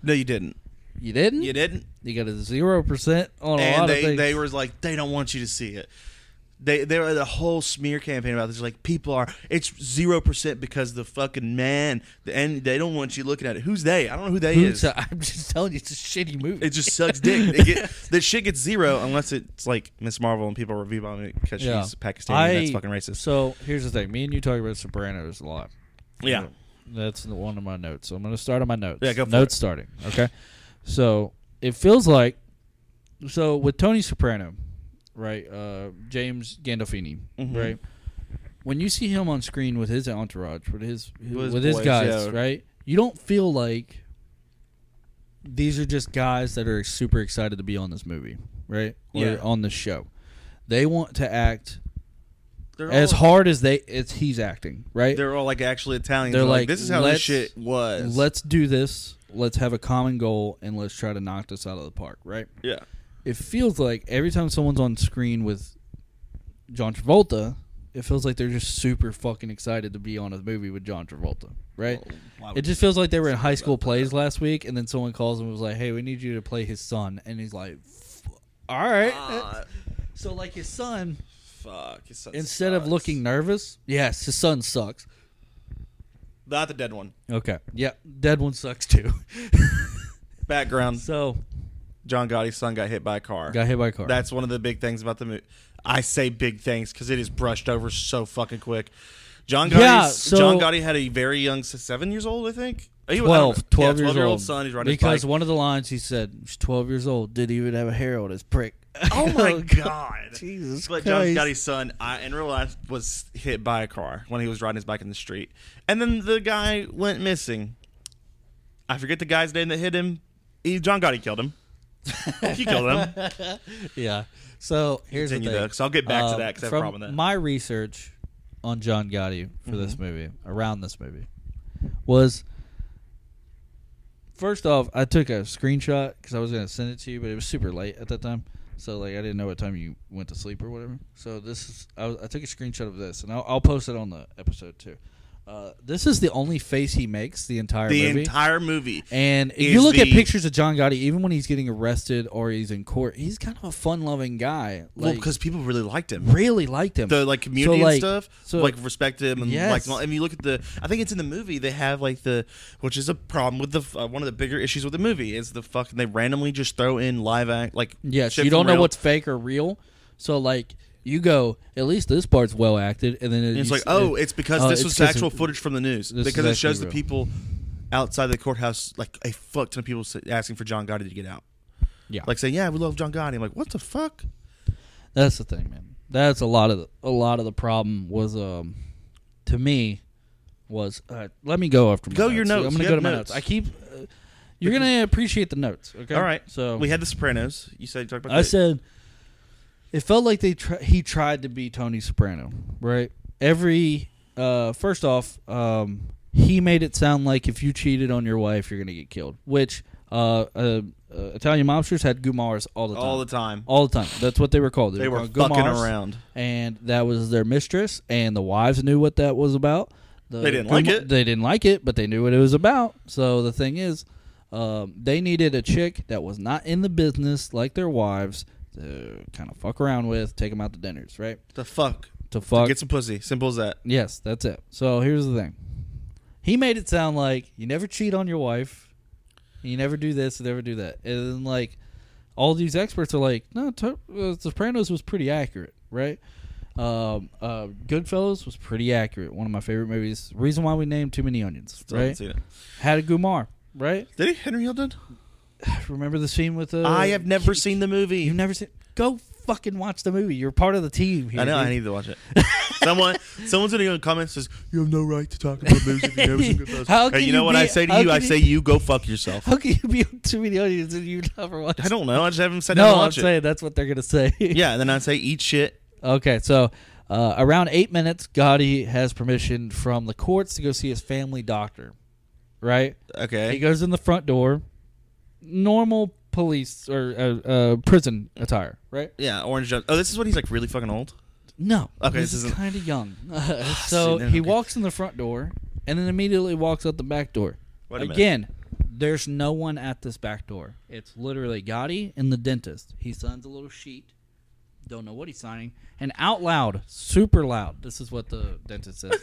Speaker 2: No, you didn't.
Speaker 1: You didn't.
Speaker 2: You didn't.
Speaker 1: You got a zero percent on a lot
Speaker 2: and
Speaker 1: of
Speaker 2: they,
Speaker 1: things.
Speaker 2: they were like, they don't want you to see it. They there were the whole smear campaign about this. Like people are, it's zero percent because the fucking man, the, and they don't want you looking at it. Who's they? I don't know who they
Speaker 1: Who's-
Speaker 2: is.
Speaker 1: <laughs> I'm just telling you, it's a shitty movie.
Speaker 2: It just sucks dick. It
Speaker 1: <laughs>
Speaker 2: <laughs> get, that shit gets zero unless it's like Miss Marvel and people review bombing it because she's Pakistani. and that's
Speaker 1: I-
Speaker 2: fucking racist.
Speaker 1: So here's the thing: me and you talk about Sopranos a lot.
Speaker 2: yeah,
Speaker 1: that's the one of my notes. So I'm going to start on my notes.
Speaker 2: Yeah, go for
Speaker 1: notes
Speaker 2: it.
Speaker 1: starting. Okay, so it feels like so with Tony Soprano, right? Uh, James Gandolfini,
Speaker 2: Mhm.
Speaker 1: right? When you see him on screen with his entourage, with his
Speaker 2: With his
Speaker 1: with his
Speaker 2: boys,
Speaker 1: guys,
Speaker 2: yeah.
Speaker 1: right? You don't feel like these are just guys that are super excited to be on this movie, right? Or
Speaker 2: Yeah.
Speaker 1: on the show. They want to act
Speaker 2: they're
Speaker 1: as
Speaker 2: all,
Speaker 1: hard as they it's he's acting, right?
Speaker 2: They're all like actually Italian.
Speaker 1: They're
Speaker 2: They're like,
Speaker 1: like,
Speaker 2: this is how
Speaker 1: let's-
Speaker 2: this shit was.
Speaker 1: Let's do this. Let's have a common goal and let's try to knock this out of the park, right?
Speaker 2: yeah,
Speaker 1: It feels like every time someone's on screen with John Travolta, it feels like they're just super fucking excited to be on a movie with John Travolta, right?
Speaker 2: Well, Oh, why would
Speaker 1: it just feels like they were in high school plays last week and then someone calls him and was like, "Hey, we need you to play his son." And he's like, "F- "All right."
Speaker 2: Ah,
Speaker 1: so like his son
Speaker 2: fuck. his son
Speaker 1: instead of
Speaker 2: sucks.
Speaker 1: looking nervous, yes, his son sucks.
Speaker 2: not the dead one.
Speaker 1: Okay. Yeah, dead one sucks too. <laughs>
Speaker 2: Background:
Speaker 1: so
Speaker 2: John Gotti's son got hit by a car.
Speaker 1: got hit by a car.
Speaker 2: That's one of the big things about the movie. I say big things because it is brushed over so fucking quick. John Gotti.
Speaker 1: Yeah, so-
Speaker 2: John Gotti had a very young, s- seven years old, I think. He was- I don't know.
Speaker 1: 12, 12
Speaker 2: yeah,
Speaker 1: years
Speaker 2: 12 year
Speaker 1: old.
Speaker 2: old son. He's riding
Speaker 1: because
Speaker 2: his bike.
Speaker 1: one of the lines he said, "She's twelve years old. Didn't even have a hair on his prick."
Speaker 2: <laughs> Oh
Speaker 1: <laughs>
Speaker 2: my god,
Speaker 1: Jesus
Speaker 2: But
Speaker 1: Christ.
Speaker 2: John Scotty's son, I, in real life, was hit by a car when he was riding his bike in the street, and then the guy went missing. I forget the guy's name that hit him. He, John Gotti killed him. <laughs> he killed him.
Speaker 1: <laughs> yeah. So here's
Speaker 2: Continue
Speaker 1: the
Speaker 2: though,
Speaker 1: thing.
Speaker 2: because I'll get back
Speaker 1: Uh,
Speaker 2: to that because I have a
Speaker 1: from
Speaker 2: problem with that. Mm-hmm.
Speaker 1: My research on John Gotti for this movie, around this movie, was first off, I took a screenshot because I was going to send it to you, but it was super late at that time. So like I didn't know what time you went to sleep or whatever. So this is I, was- I took a screenshot of this and I'll, I'll post it on the episode too. Uh, this is the only face he makes the entire
Speaker 2: the
Speaker 1: movie.
Speaker 2: entire movie.
Speaker 1: and if
Speaker 2: is
Speaker 1: you look at
Speaker 2: the-
Speaker 1: pictures of John Gotti, even when he's getting arrested or he's in court, he's kind of a fun-loving guy.
Speaker 2: well,
Speaker 1: Like,
Speaker 2: because people really liked him.
Speaker 1: really liked him.
Speaker 2: the like community
Speaker 1: like-
Speaker 2: and stuff,
Speaker 1: so-
Speaker 2: like respect him and
Speaker 1: Yes.
Speaker 2: like. And you look at the, I think it's in the movie they have like the, which is a problem with the f- uh, one of the bigger issues with the movie is the fucking they randomly just throw in live act like
Speaker 1: Yes,
Speaker 2: shit
Speaker 1: you
Speaker 2: from
Speaker 1: don't know
Speaker 2: real-
Speaker 1: what's fake or real. So like you go, at least this part's well acted, and then it,
Speaker 2: and it's
Speaker 1: you
Speaker 2: like
Speaker 1: s-
Speaker 2: oh
Speaker 1: it-
Speaker 2: it's because
Speaker 1: oh,
Speaker 2: this
Speaker 1: it's
Speaker 2: was
Speaker 1: 'cause
Speaker 2: actual
Speaker 1: it-
Speaker 2: footage from the news
Speaker 1: this is
Speaker 2: because it
Speaker 1: actually
Speaker 2: shows the
Speaker 1: real.
Speaker 2: people outside the courthouse like a fuck ton of people s- asking for John Gotti to get out
Speaker 1: yeah.
Speaker 2: like saying yeah we love John Gotti I'm like what the fuck
Speaker 1: That's the thing, man. That's a lot of the, a lot of the problem was um to me was uh, let me go after my
Speaker 2: Go your
Speaker 1: So
Speaker 2: notes.
Speaker 1: I'm gonna
Speaker 2: You
Speaker 1: go to
Speaker 2: have
Speaker 1: my
Speaker 2: notes.
Speaker 1: notes. I keep uh, you're gonna appreciate the notes. Okay,
Speaker 2: all right
Speaker 1: So
Speaker 2: we had the Sopranos you said you talked about
Speaker 1: I
Speaker 2: that.
Speaker 1: said it felt like they tr- he tried to be Tony Soprano, right? Every uh, first off, um, he made it sound like if you cheated on your wife, you're gonna get killed. Which uh, uh, uh, Italian mobsters had Gumars all the time,
Speaker 2: all the time
Speaker 1: all the time. That's what they were called.
Speaker 2: they were
Speaker 1: called
Speaker 2: fucking
Speaker 1: Gumars,
Speaker 2: around
Speaker 1: and that was their mistress, and the wives knew what that was about. The
Speaker 2: They didn't like
Speaker 1: Guma-
Speaker 2: it.
Speaker 1: They didn't like it, but they knew what it was about. So the thing is, um, they needed a chick that was not in the business like their wives to kind of fuck around with, take them out to dinners, right?
Speaker 2: the fuck
Speaker 1: To fuck.
Speaker 2: get some pussy simple as that
Speaker 1: yes, that's it. So here's the thing. He made it sound like you never cheat on your wife, you never do this, you never do that, and then like all these experts are like, no, to- uh, Sopranos was pretty accurate, right? Um, uh, Goodfellas was pretty accurate. One of my favorite movies. Reason why we named Too Many Onions,
Speaker 2: So I haven't
Speaker 1: right?
Speaker 2: seen it.
Speaker 1: Had a Gumar, right? <sighs>
Speaker 2: Did he Henry Hill did?
Speaker 1: Remember the scene with the?
Speaker 2: I have never seen the movie.
Speaker 1: You've never seen? Go fucking watch the movie. You're part of the team here.
Speaker 2: I know. I
Speaker 1: dude.
Speaker 2: need to watch <laughs> it. Someone, someone's gonna go in the comments says you have no right to talk about movies if you've never seen Goodfellas.
Speaker 1: How
Speaker 2: Hey,
Speaker 1: can
Speaker 2: you know
Speaker 1: you
Speaker 2: what
Speaker 1: be-
Speaker 2: I say to
Speaker 1: how
Speaker 2: you?
Speaker 1: can
Speaker 2: I
Speaker 1: you-
Speaker 2: say you go fuck
Speaker 1: <laughs>
Speaker 2: yourself.
Speaker 1: How can you be on Too Many Onions and you never watch?
Speaker 2: I don't know. I just haven't said
Speaker 1: No,
Speaker 2: no,
Speaker 1: I'm
Speaker 2: watch it.
Speaker 1: saying that's what they're gonna say. <laughs>
Speaker 2: Yeah, and then I say eat shit.
Speaker 1: Okay, so uh, around eight minutes, Gotti has permission from the courts to go see his family doctor. Right? He
Speaker 2: Okay.
Speaker 1: goes in the front door, normal police or uh, uh, prison attire. Right?
Speaker 2: Yeah, orange. Juice. Oh, this is when he's like really fucking <laughs> old.
Speaker 1: No.
Speaker 2: Okay,
Speaker 1: this
Speaker 2: this
Speaker 1: is
Speaker 2: isn't-
Speaker 1: kind of young. <laughs> so
Speaker 2: See, no,
Speaker 1: he
Speaker 2: okay.
Speaker 1: walks in the front door, and then immediately walks out the back door.
Speaker 2: Wait a minute.
Speaker 1: Again, there's no one at this back door. It's literally Gotti and the dentist. He signs a little sheet. Don't know what he's signing. And out loud, super loud. This is what the dentist
Speaker 2: <laughs>
Speaker 1: says.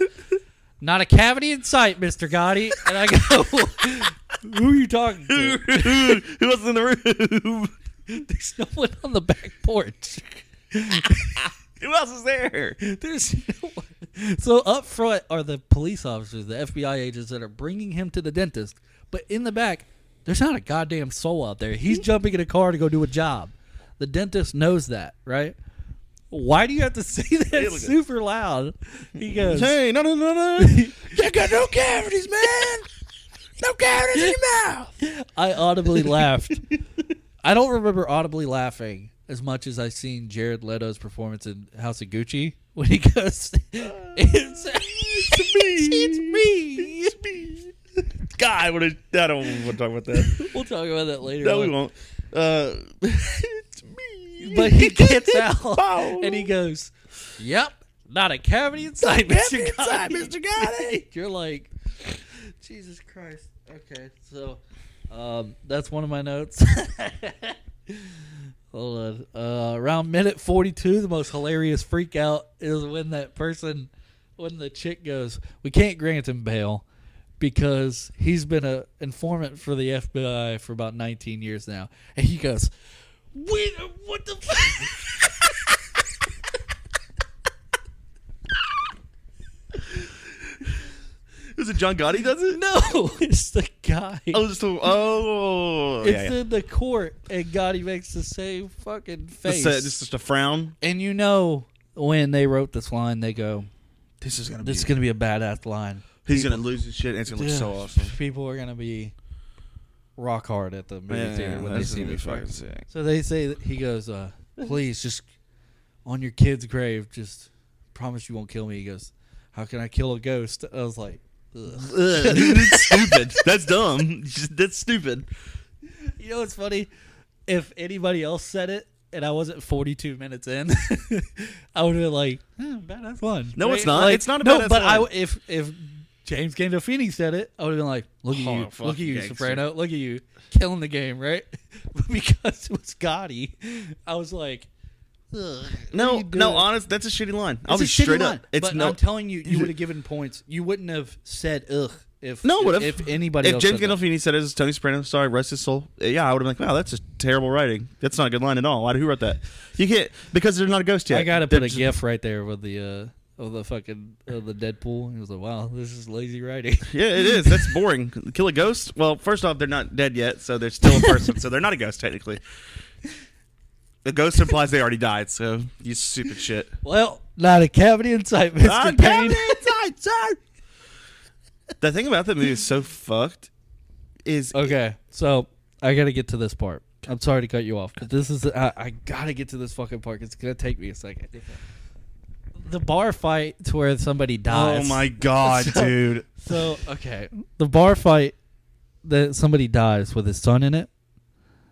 Speaker 1: Not a cavity in sight, Mr. Gotti. And I go, <laughs> Who are you talking
Speaker 2: <laughs>
Speaker 1: to? <laughs>
Speaker 2: Who else is in the room? <laughs>
Speaker 1: There's no one on the back porch.
Speaker 2: Who else is there?
Speaker 1: There's <laughs> no one. So up front are the police officers, the FBI agents that are bringing him to the dentist. But in the back, there's not a goddamn soul out there. He's jumping in a car to go do a job. The dentist knows that, right? Why do you have to <laughs> say that
Speaker 2: look at-
Speaker 1: super loud? <laughs> He goes,
Speaker 2: Hey, no, no, no, no. <laughs> you got no cavities, man. No cavities in your mouth.
Speaker 1: I audibly laughed.
Speaker 2: <laughs>
Speaker 1: I don't remember audibly laughing as much as I seen Jared Leto's performance in House of Gucci when he <laughs> goes, "It's, <laughs> it's me, it's me."
Speaker 2: God, what a, I don't want to talk about that.
Speaker 1: <laughs> We'll talk about that later.
Speaker 2: <laughs> No, we
Speaker 1: on.
Speaker 2: won't. Uh, it's me.
Speaker 1: <laughs> But he
Speaker 2: <laughs>
Speaker 1: gets out
Speaker 2: Bow.
Speaker 1: and he goes, "Yep, not a cavity inside,
Speaker 2: Cavity
Speaker 1: Mr.
Speaker 2: inside,
Speaker 1: Gotti."
Speaker 2: Mr.
Speaker 1: <laughs>
Speaker 2: Gotti.
Speaker 1: You're like, Jesus Christ. Okay, so um, that's one of my notes. <laughs> Hold on. Uh, around minute 42, the most hilarious freak out is when that person, when the chick goes, "We can't grant him bail." because he's been a informant for the FBI for about 19 years now, and he goes, "Wait, what the?"
Speaker 2: Is it John Gotti does it?
Speaker 1: no, it's the guy.
Speaker 2: Oh, just a, oh,
Speaker 1: it's
Speaker 2: yeah, yeah.
Speaker 1: in the court, and Gotti makes the same fucking face.
Speaker 2: Just, a, just, just a frown.
Speaker 1: and you know when they wrote this line, they go,
Speaker 2: This is gonna be.
Speaker 1: "This is gonna be a badass line."
Speaker 2: he's gonna lose his shit. and It's gonna look so
Speaker 1: Yeah,
Speaker 2: awesome.
Speaker 1: People are gonna be rock hard at the movie
Speaker 2: Man,
Speaker 1: theater when they
Speaker 2: this is
Speaker 1: see
Speaker 2: gonna be
Speaker 1: this. right?
Speaker 2: fucking sick.
Speaker 1: So they say that he goes, uh, please just on your kid's grave, just promise you won't kill me. He goes, how can I kill a ghost? I was like, Ugh.
Speaker 2: Ugh, dude, <laughs> that's stupid. That's dumb. <laughs> That's stupid.
Speaker 1: you know what's funny? If anybody else said it and I wasn't 42 minutes in, <laughs> I would have been like, eh, badass one.
Speaker 2: No, it's not. It's not a
Speaker 1: no,
Speaker 2: badass
Speaker 1: but I
Speaker 2: line.
Speaker 1: w if if James Gandolfini said it, I would have been like, "Look at
Speaker 2: Oh,
Speaker 1: you,
Speaker 2: fucking
Speaker 1: look at you,
Speaker 2: gangster.
Speaker 1: Soprano, look at you, killing the game, right?" <laughs> But because it was Gotti, I was like, Ugh, what
Speaker 2: No,
Speaker 1: are you
Speaker 2: no,
Speaker 1: doing?
Speaker 2: honest. That's a shitty line. I'll
Speaker 1: It's
Speaker 2: be
Speaker 1: a shitty
Speaker 2: straight
Speaker 1: line,
Speaker 2: up. It's
Speaker 1: but
Speaker 2: no.
Speaker 1: I'm telling you, you would have given points. You wouldn't have said ugh if
Speaker 2: no, what
Speaker 1: if, if anybody
Speaker 2: If
Speaker 1: else
Speaker 2: James
Speaker 1: said that.
Speaker 2: Gandolfini said it as Tony Soprano, sorry, rest his soul. uh, Yeah, I would have been like, wow, that's a terrible writing. That's not a good line at all. Why, who wrote that? You can't because they're not a ghost yet.
Speaker 1: I gotta
Speaker 2: They're
Speaker 1: put a
Speaker 2: just-
Speaker 1: gif right there with the uh of the fucking of the Deadpool. He was like, "Wow, this is lazy writing."
Speaker 2: <laughs> Yeah, it is. That's boring. <laughs> Kill a ghost? Well, first off, they're not dead yet, so
Speaker 1: <laughs>
Speaker 2: they're still a person, so they're not a ghost technically. The ghost implies they already died, so you stupid shit.
Speaker 1: well, not a cavity in sight, Mister
Speaker 2: Ah,
Speaker 1: Payne.
Speaker 2: Kevin, it's
Speaker 1: <laughs>
Speaker 2: outside. the thing about that movie is so fucked is
Speaker 1: Okay, so I gotta get to this part. I'm sorry to cut you off, but this is I, I gotta get to this fucking part. It's gonna take me a second. The bar fight to where somebody
Speaker 2: Oh
Speaker 1: dies.
Speaker 2: my god,
Speaker 1: <laughs> So-
Speaker 2: dude.
Speaker 1: So okay, the bar fight that somebody dies with his son in it.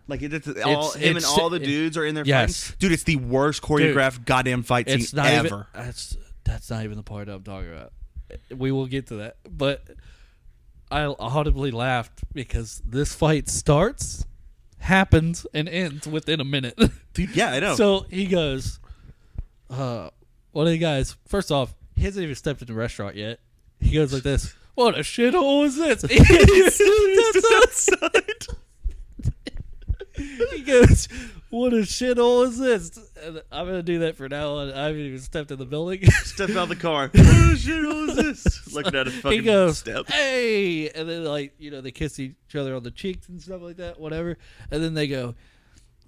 Speaker 2: Like it, it's, all
Speaker 1: It's-
Speaker 2: him and
Speaker 1: it's-
Speaker 2: all the
Speaker 1: it-
Speaker 2: dudes are in there
Speaker 1: Yes.
Speaker 2: fighting. Dude, it's the worst choreographed goddamn fight scene
Speaker 1: It's not
Speaker 2: ever.
Speaker 1: even. That's that's not even the part I'm talking about. We will get to that, but I audibly laughed because this fight starts, happens, and ends within a minute. <laughs>
Speaker 2: Dude, yeah, I know.
Speaker 1: So he goes, uh, one of the guys, first off, he hasn't even stepped in the restaurant yet. He goes like this, What a shithole is
Speaker 2: <laughs>
Speaker 1: this? <laughs> <laughs> he goes, What a shithole is this? And I'm going to do that for now on. I haven't even stepped in the building. <laughs>
Speaker 2: Step out the car. What shit was this? Looking at his fucking
Speaker 1: he goes,
Speaker 2: step.
Speaker 1: "Hey!" And then like you know they kiss each other on the cheeks and stuff like that, whatever. And then they go,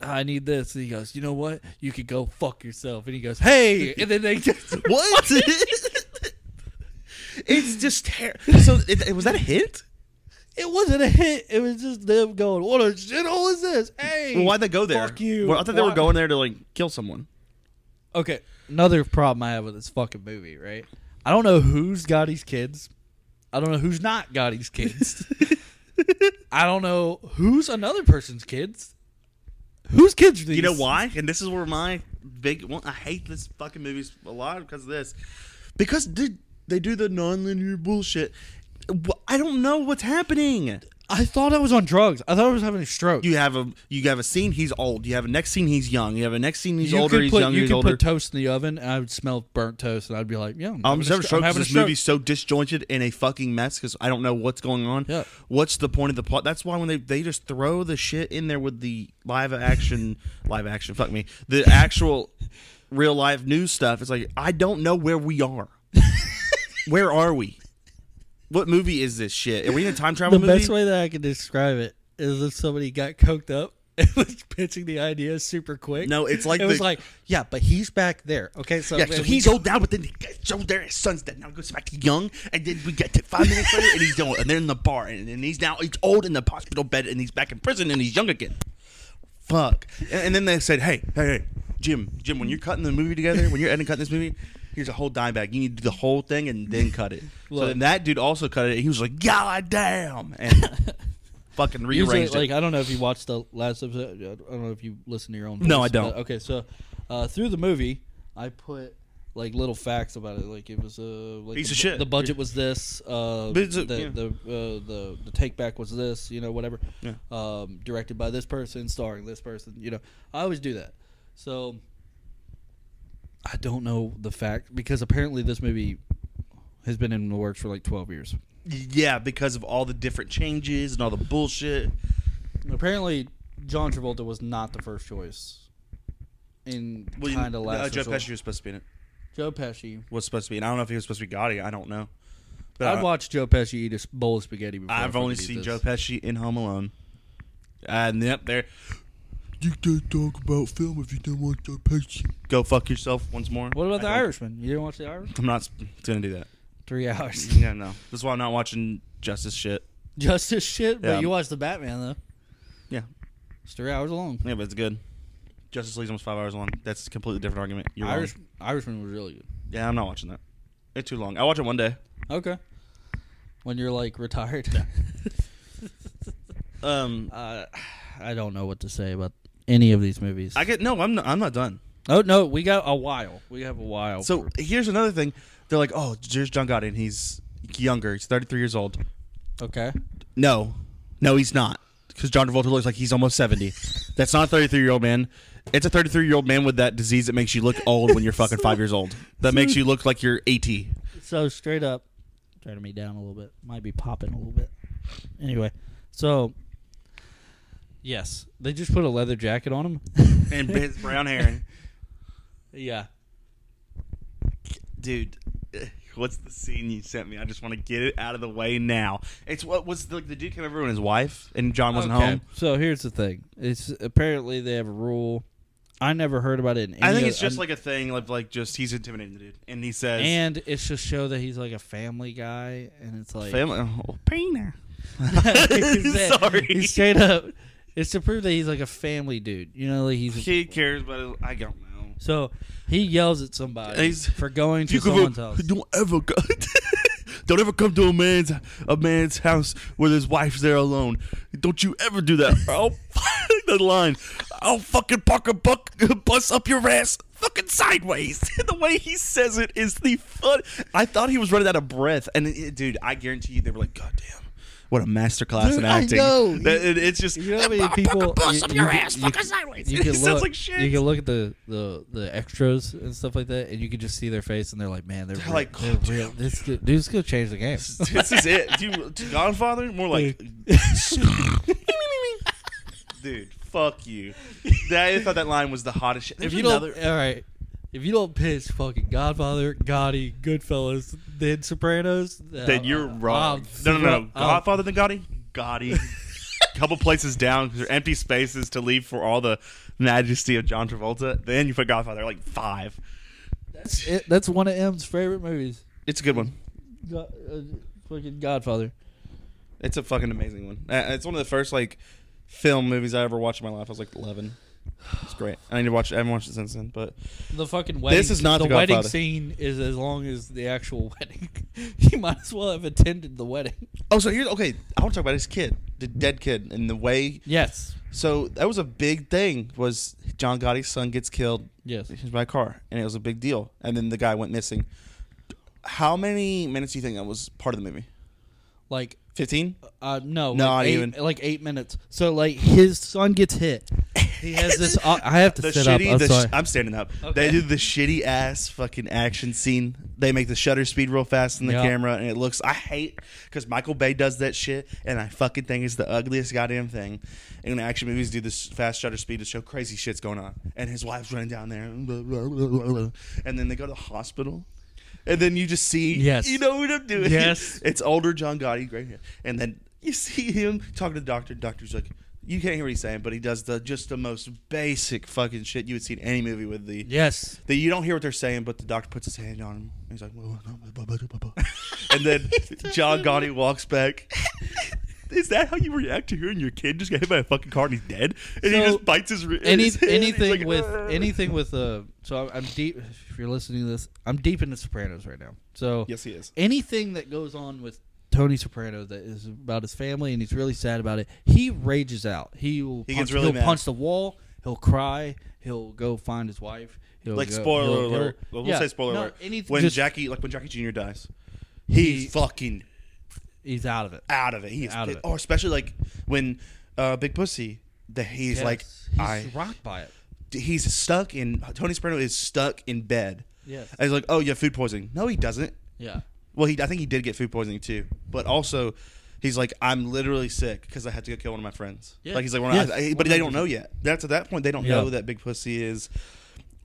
Speaker 1: "I need this." And he goes, "You know what? You could go fuck yourself." And he goes, "Hey!" And then they just
Speaker 2: <laughs> What? it's just terrible. So it, was that a hit?
Speaker 1: <laughs> it wasn't a hit. It was just them going, "What a shithole is this?" Hey,
Speaker 2: Well, why'd they go there?
Speaker 1: Fuck you.
Speaker 2: Well, I thought they were
Speaker 1: Why-
Speaker 2: going there to like kill someone.
Speaker 1: Okay, another problem I have with this fucking movie, right? I don't know who's Gotti's kids. I don't know who's not Gotti's
Speaker 2: <laughs>
Speaker 1: kids. I don't know who's another person's kids. Whose kids are these?
Speaker 2: You know why? And this is where my big one. I hate this fucking movie a lot because of this. Because dude, they do the nonlinear bullshit. Wh- I don't know what's happening.
Speaker 1: I thought I was on drugs. I thought I was having a stroke.
Speaker 2: You have a you have a scene he's old. You have a next scene he's young. You have a next scene he's
Speaker 1: You
Speaker 2: older.
Speaker 1: could
Speaker 2: He's
Speaker 1: put,
Speaker 2: younger.
Speaker 1: you
Speaker 2: he's
Speaker 1: could
Speaker 2: older.
Speaker 1: put toast in the oven, and I would smell burnt toast, and I'd be like, "Yeah, I'm,
Speaker 2: I'm
Speaker 1: having
Speaker 2: just
Speaker 1: a
Speaker 2: having a
Speaker 1: stro- I'm
Speaker 2: stroke 'cause
Speaker 1: having a
Speaker 2: this
Speaker 1: stroke."
Speaker 2: movie's so disjointed and a fucking mess because I don't know what's going on.
Speaker 1: Yeah.
Speaker 2: What's the point of the plot? That's why when they, they just throw the shit in there with the live action, <laughs> live action, fuck me, the actual real life news stuff, it's like, I don't know where we
Speaker 1: <laughs>
Speaker 2: are. where are we? What movie is this shit? Are we in a time travel
Speaker 1: The
Speaker 2: movie?
Speaker 1: best way that I can describe it is if somebody got coked up <laughs> and was pitching the idea super quick.
Speaker 2: No, it's like
Speaker 1: it was
Speaker 2: the-
Speaker 1: like, yeah, but he's back there. Okay, so,
Speaker 2: Yeah, so he's old now, but then he's old there, his son's dead. Now it goes back to young, and then we get to five minutes later, and he's old, and they're in the bar, and, and he's now he's old in the hospital bed, and he's back in prison, and he's young again. Fuck. And, and then they said, hey, hey, hey, Jim, Jim, when you're cutting the movie together, when you're editing cutting this movie, here's a whole dime bag. You need to do the whole thing and then cut it. so
Speaker 1: Look.
Speaker 2: then that dude also cut it. He was like, God damn, and
Speaker 1: <laughs>
Speaker 2: fucking
Speaker 1: Usually,
Speaker 2: rearranged
Speaker 1: like uh,
Speaker 2: it.
Speaker 1: I don't know if you watched the last episode. I don't know if you listen to your own. Voice,
Speaker 2: No, I don't.
Speaker 1: but- okay, so uh, through the movie, I put like little facts about it. Like it was uh, like
Speaker 2: Piece
Speaker 1: the,
Speaker 2: of
Speaker 1: bu-
Speaker 2: shit.
Speaker 1: The budget was this. Uh,
Speaker 2: But it's a-
Speaker 1: the,
Speaker 2: yeah.
Speaker 1: the, uh, the the take back was this. You know, whatever.
Speaker 2: Yeah.
Speaker 1: Um, directed by this person, starring this person. You know, I always do that. So I don't know the fact because apparently this movie has been in the works for like twelve years.
Speaker 2: yeah, because of all the different changes and all the bullshit.
Speaker 1: Apparently, John Travolta was not the first choice. In
Speaker 2: Well, you-
Speaker 1: kind of
Speaker 2: uh,
Speaker 1: last
Speaker 2: Joe
Speaker 1: resort.
Speaker 2: Pesci was supposed to be in it.
Speaker 1: Joe Pesci.
Speaker 2: was supposed to be, and I don't know if he was supposed to be Gotti. I don't know. But
Speaker 1: I'd
Speaker 2: I,
Speaker 1: watched Joe Pesci eat a s- bowl of spaghetti before. I
Speaker 2: Uh, I've only
Speaker 1: fucking
Speaker 2: seen
Speaker 1: did
Speaker 2: Joe
Speaker 1: this.
Speaker 2: Pesci in Home Alone. And yep, there. You can't talk about film if you don't watch Joe <laughs> Pesci. Go fuck yourself once more.
Speaker 1: What about The
Speaker 2: I don't-
Speaker 1: Irishman? You didn't watch The Irishman?
Speaker 2: I'm not s- gonna
Speaker 1: <laughs>
Speaker 2: do that.
Speaker 1: Three hours.
Speaker 2: <laughs> Yeah, no. That's why I'm not watching Justice shit.
Speaker 1: Justice shit, but
Speaker 2: Yeah.
Speaker 1: you watched The Batman, though.
Speaker 2: Yeah,
Speaker 1: It's three hours long.
Speaker 2: yeah, but it's good. Justice League's almost five hours long. That's a completely different argument. You're wrong.
Speaker 1: Irish, Irishman was really good.
Speaker 2: Yeah, I'm not watching that. It's too long. I'll watch it one day.
Speaker 1: Okay. When you're like retired.
Speaker 2: Um,
Speaker 1: <laughs> uh, I don't know what to say about any of these movies.
Speaker 2: I get no. I'm not, I'm not done.
Speaker 1: oh, no, we got a while. We have a while.
Speaker 2: So here's another thing. They're like, oh, there's John Gotti, and he's younger. He's 33 years old.
Speaker 1: Okay.
Speaker 2: No, no, he's not. Because John Travolta looks like he's almost 70. That's not a 33 year old man. It's a 33 year old man with that disease that makes you look old when you're fucking five years old. That makes you look like you're 80.
Speaker 1: So straight up, turning me down a little bit. Might be popping a little bit. Anyway, so yes, they just put a leather jacket on him.
Speaker 2: <laughs> And his brown hair.
Speaker 1: yeah.
Speaker 2: Dude, what's the scene you sent me? I just want to get it out of the way now. It's what was the, the dude came over with his wife and John wasn't home.
Speaker 1: So here's the thing. It's apparently they have a rule. I never heard about it. In any
Speaker 2: I think
Speaker 1: oth-
Speaker 2: it's just like a thing of like just he's intimidating the dude and he says
Speaker 1: and it's just show that he's like a family guy, and it's like <laughs>
Speaker 2: family oh, Pina.
Speaker 1: He's-
Speaker 2: <laughs> Sorry.
Speaker 1: he's straight up. It's to prove that he's like a family dude. You know, like he's
Speaker 2: He cares about it. I don't know.
Speaker 1: so he yells at somebody
Speaker 2: He's-
Speaker 1: for going to
Speaker 2: You could-
Speaker 1: someone's house.
Speaker 2: Don't ever go. <laughs> don't ever come to a man's a man's house where his wife's there alone. Don't you ever do that.
Speaker 1: <laughs>
Speaker 2: I'll <laughs> the line. I'll fucking park a buck <laughs> bus up your ass fucking sideways. <laughs> the way he says it is the fun. I thought he was running out of breath, and it- it- dude, I guarantee you they were like, God damn. What a master class
Speaker 1: Dude,
Speaker 2: in
Speaker 1: I
Speaker 2: acting!
Speaker 1: know.
Speaker 2: <laughs> That- it- it's just
Speaker 1: You know how many
Speaker 2: "I'll park a
Speaker 1: people-
Speaker 2: bus
Speaker 1: you-
Speaker 2: up
Speaker 1: you
Speaker 2: your
Speaker 1: could-
Speaker 2: ass
Speaker 1: you
Speaker 2: fucking
Speaker 1: could-
Speaker 2: sideways. <laughs>
Speaker 1: You
Speaker 2: It
Speaker 1: can
Speaker 2: sounds
Speaker 1: look,
Speaker 2: like shit.
Speaker 1: you can look at the, the, the extras and stuff like that, and you can just see their face, and they're like, "Man, they're,
Speaker 2: They're
Speaker 1: real-
Speaker 2: like,
Speaker 1: they're
Speaker 2: "God <laughs>
Speaker 1: real.
Speaker 2: damn,
Speaker 1: This dude- dude's gonna change the game."
Speaker 2: <laughs> this is
Speaker 1: <laughs>
Speaker 2: it. Dude, Godfather? More like. <laughs> Dude, fuck you. I thought that line was the hottest shit.
Speaker 1: if
Speaker 2: There's
Speaker 1: you
Speaker 2: another.
Speaker 1: don't, all right. If you don't pitch fucking Godfather, Gotti, Goodfellas, then Sopranos,
Speaker 2: Then you're wrong. no, no, no. Godfather than Gotti? Gotti. Couple places down because there are empty spaces to leave for all the majesty of John Travolta. Then you put Godfather, like five.
Speaker 1: That's, it, that's one of M's favorite movies.
Speaker 2: It's a good one.
Speaker 1: God, uh, fucking Godfather.
Speaker 2: It's a fucking amazing one. Uh, It's one of the first like film movies I ever watched in my life. I was like eleven. It's great. I need to watch. it. I haven't watched it since then, but
Speaker 1: The fucking wedding.
Speaker 2: is not
Speaker 1: the
Speaker 2: The
Speaker 1: wedding
Speaker 2: Godfather.
Speaker 1: scene is as long as the actual <laughs> wedding. you might as well have attended the wedding.
Speaker 2: Oh, so here's okay. I want to talk about his kid, the dead kid, and the way.
Speaker 1: Yes.
Speaker 2: So that was a big thing. Was John Gotti's son gets killed
Speaker 1: Yes.
Speaker 2: by a car, and it was a big deal. And then the guy went missing. How many minutes do you think that was part of the movie?
Speaker 1: Like
Speaker 2: Fifteen.
Speaker 1: uh, no.
Speaker 2: No,
Speaker 1: like
Speaker 2: not
Speaker 1: eight,
Speaker 2: even.
Speaker 1: Like eight minutes. So like his son gets hit. He has this. I have to
Speaker 2: The
Speaker 1: sit
Speaker 2: shitty.
Speaker 1: up. I'm
Speaker 2: the
Speaker 1: sorry.
Speaker 2: Sh- I'm standing up.
Speaker 1: Okay.
Speaker 2: They do the shitty ass fucking action scene. They make the shutter speed real fast in the
Speaker 1: Yeah.
Speaker 2: camera, and it looks. I hate because Michael Bay does that shit, and I fucking think it's the ugliest goddamn thing. And when action movies do this fast shutter speed to show crazy shits going on, and his wife's running down there, and blah, blah, blah, blah, blah. and then they go to the hospital. And then you just see,
Speaker 1: Yes.
Speaker 2: you know what I'm doing. <laughs>
Speaker 1: Yes.
Speaker 2: it's older John Gotti, great hair. And then you see him talking to the doctor. Doctor's like, you can't hear what he's saying, but he does the just the most basic fucking shit you would see in any movie with the
Speaker 1: yes.
Speaker 2: that you don't hear what they're saying, but the doctor puts his hand on him. And he's like, "Well, no, <laughs> blah, blah, blah, blah, blah." and then John Gotti walks back. Is that how you react to hearing your kid just get hit by a fucking car and he's dead? And he
Speaker 1: So,
Speaker 2: just bites his, wri-
Speaker 1: Any,
Speaker 2: his hand. He's
Speaker 1: anything
Speaker 2: like,
Speaker 1: with
Speaker 2: "Ugh."
Speaker 1: anything with uh so I'm- I'm deep if you're listening to this I'm deep into Sopranos right now so
Speaker 2: Yes, he is.
Speaker 1: anything that goes on with Tony Soprano that is about his family and he's really sad about it he rages out he will
Speaker 2: He
Speaker 1: punch,
Speaker 2: gets really
Speaker 1: he'll
Speaker 2: mad.
Speaker 1: punch the wall he'll cry he'll go find his wife he'll
Speaker 2: Like
Speaker 1: go-
Speaker 2: spoiler
Speaker 1: he'll-
Speaker 2: alert.
Speaker 1: he'll-
Speaker 2: Well, we'll
Speaker 1: yeah,
Speaker 2: say spoiler
Speaker 1: no,
Speaker 2: alert.
Speaker 1: anything
Speaker 2: when
Speaker 1: just-
Speaker 2: Jackie, like when Jackie Jr. dies, he's
Speaker 1: He-
Speaker 2: fucking
Speaker 1: he's out of it
Speaker 2: out of it. He's
Speaker 1: Out of it.
Speaker 2: Or Oh, especially like when uh, Big Pussy, the, he's
Speaker 1: Yes.
Speaker 2: like,
Speaker 1: he's
Speaker 2: I
Speaker 1: rocked by it
Speaker 2: he's stuck in Tony Soprano is stuck in bed.
Speaker 1: Yes.
Speaker 2: And he's like, oh yeah, food poisoning. No, he doesn't.
Speaker 1: yeah
Speaker 2: Well, he I think he did get food poisoning too, but also he's like, I'm literally sick because I had to go kill one of my friends.
Speaker 1: Yeah.
Speaker 2: Like he's like, well,
Speaker 1: Yes,
Speaker 2: I- I- but they don't know yet. That's at that point they don't
Speaker 1: Yeah.
Speaker 2: know that Big Pussy is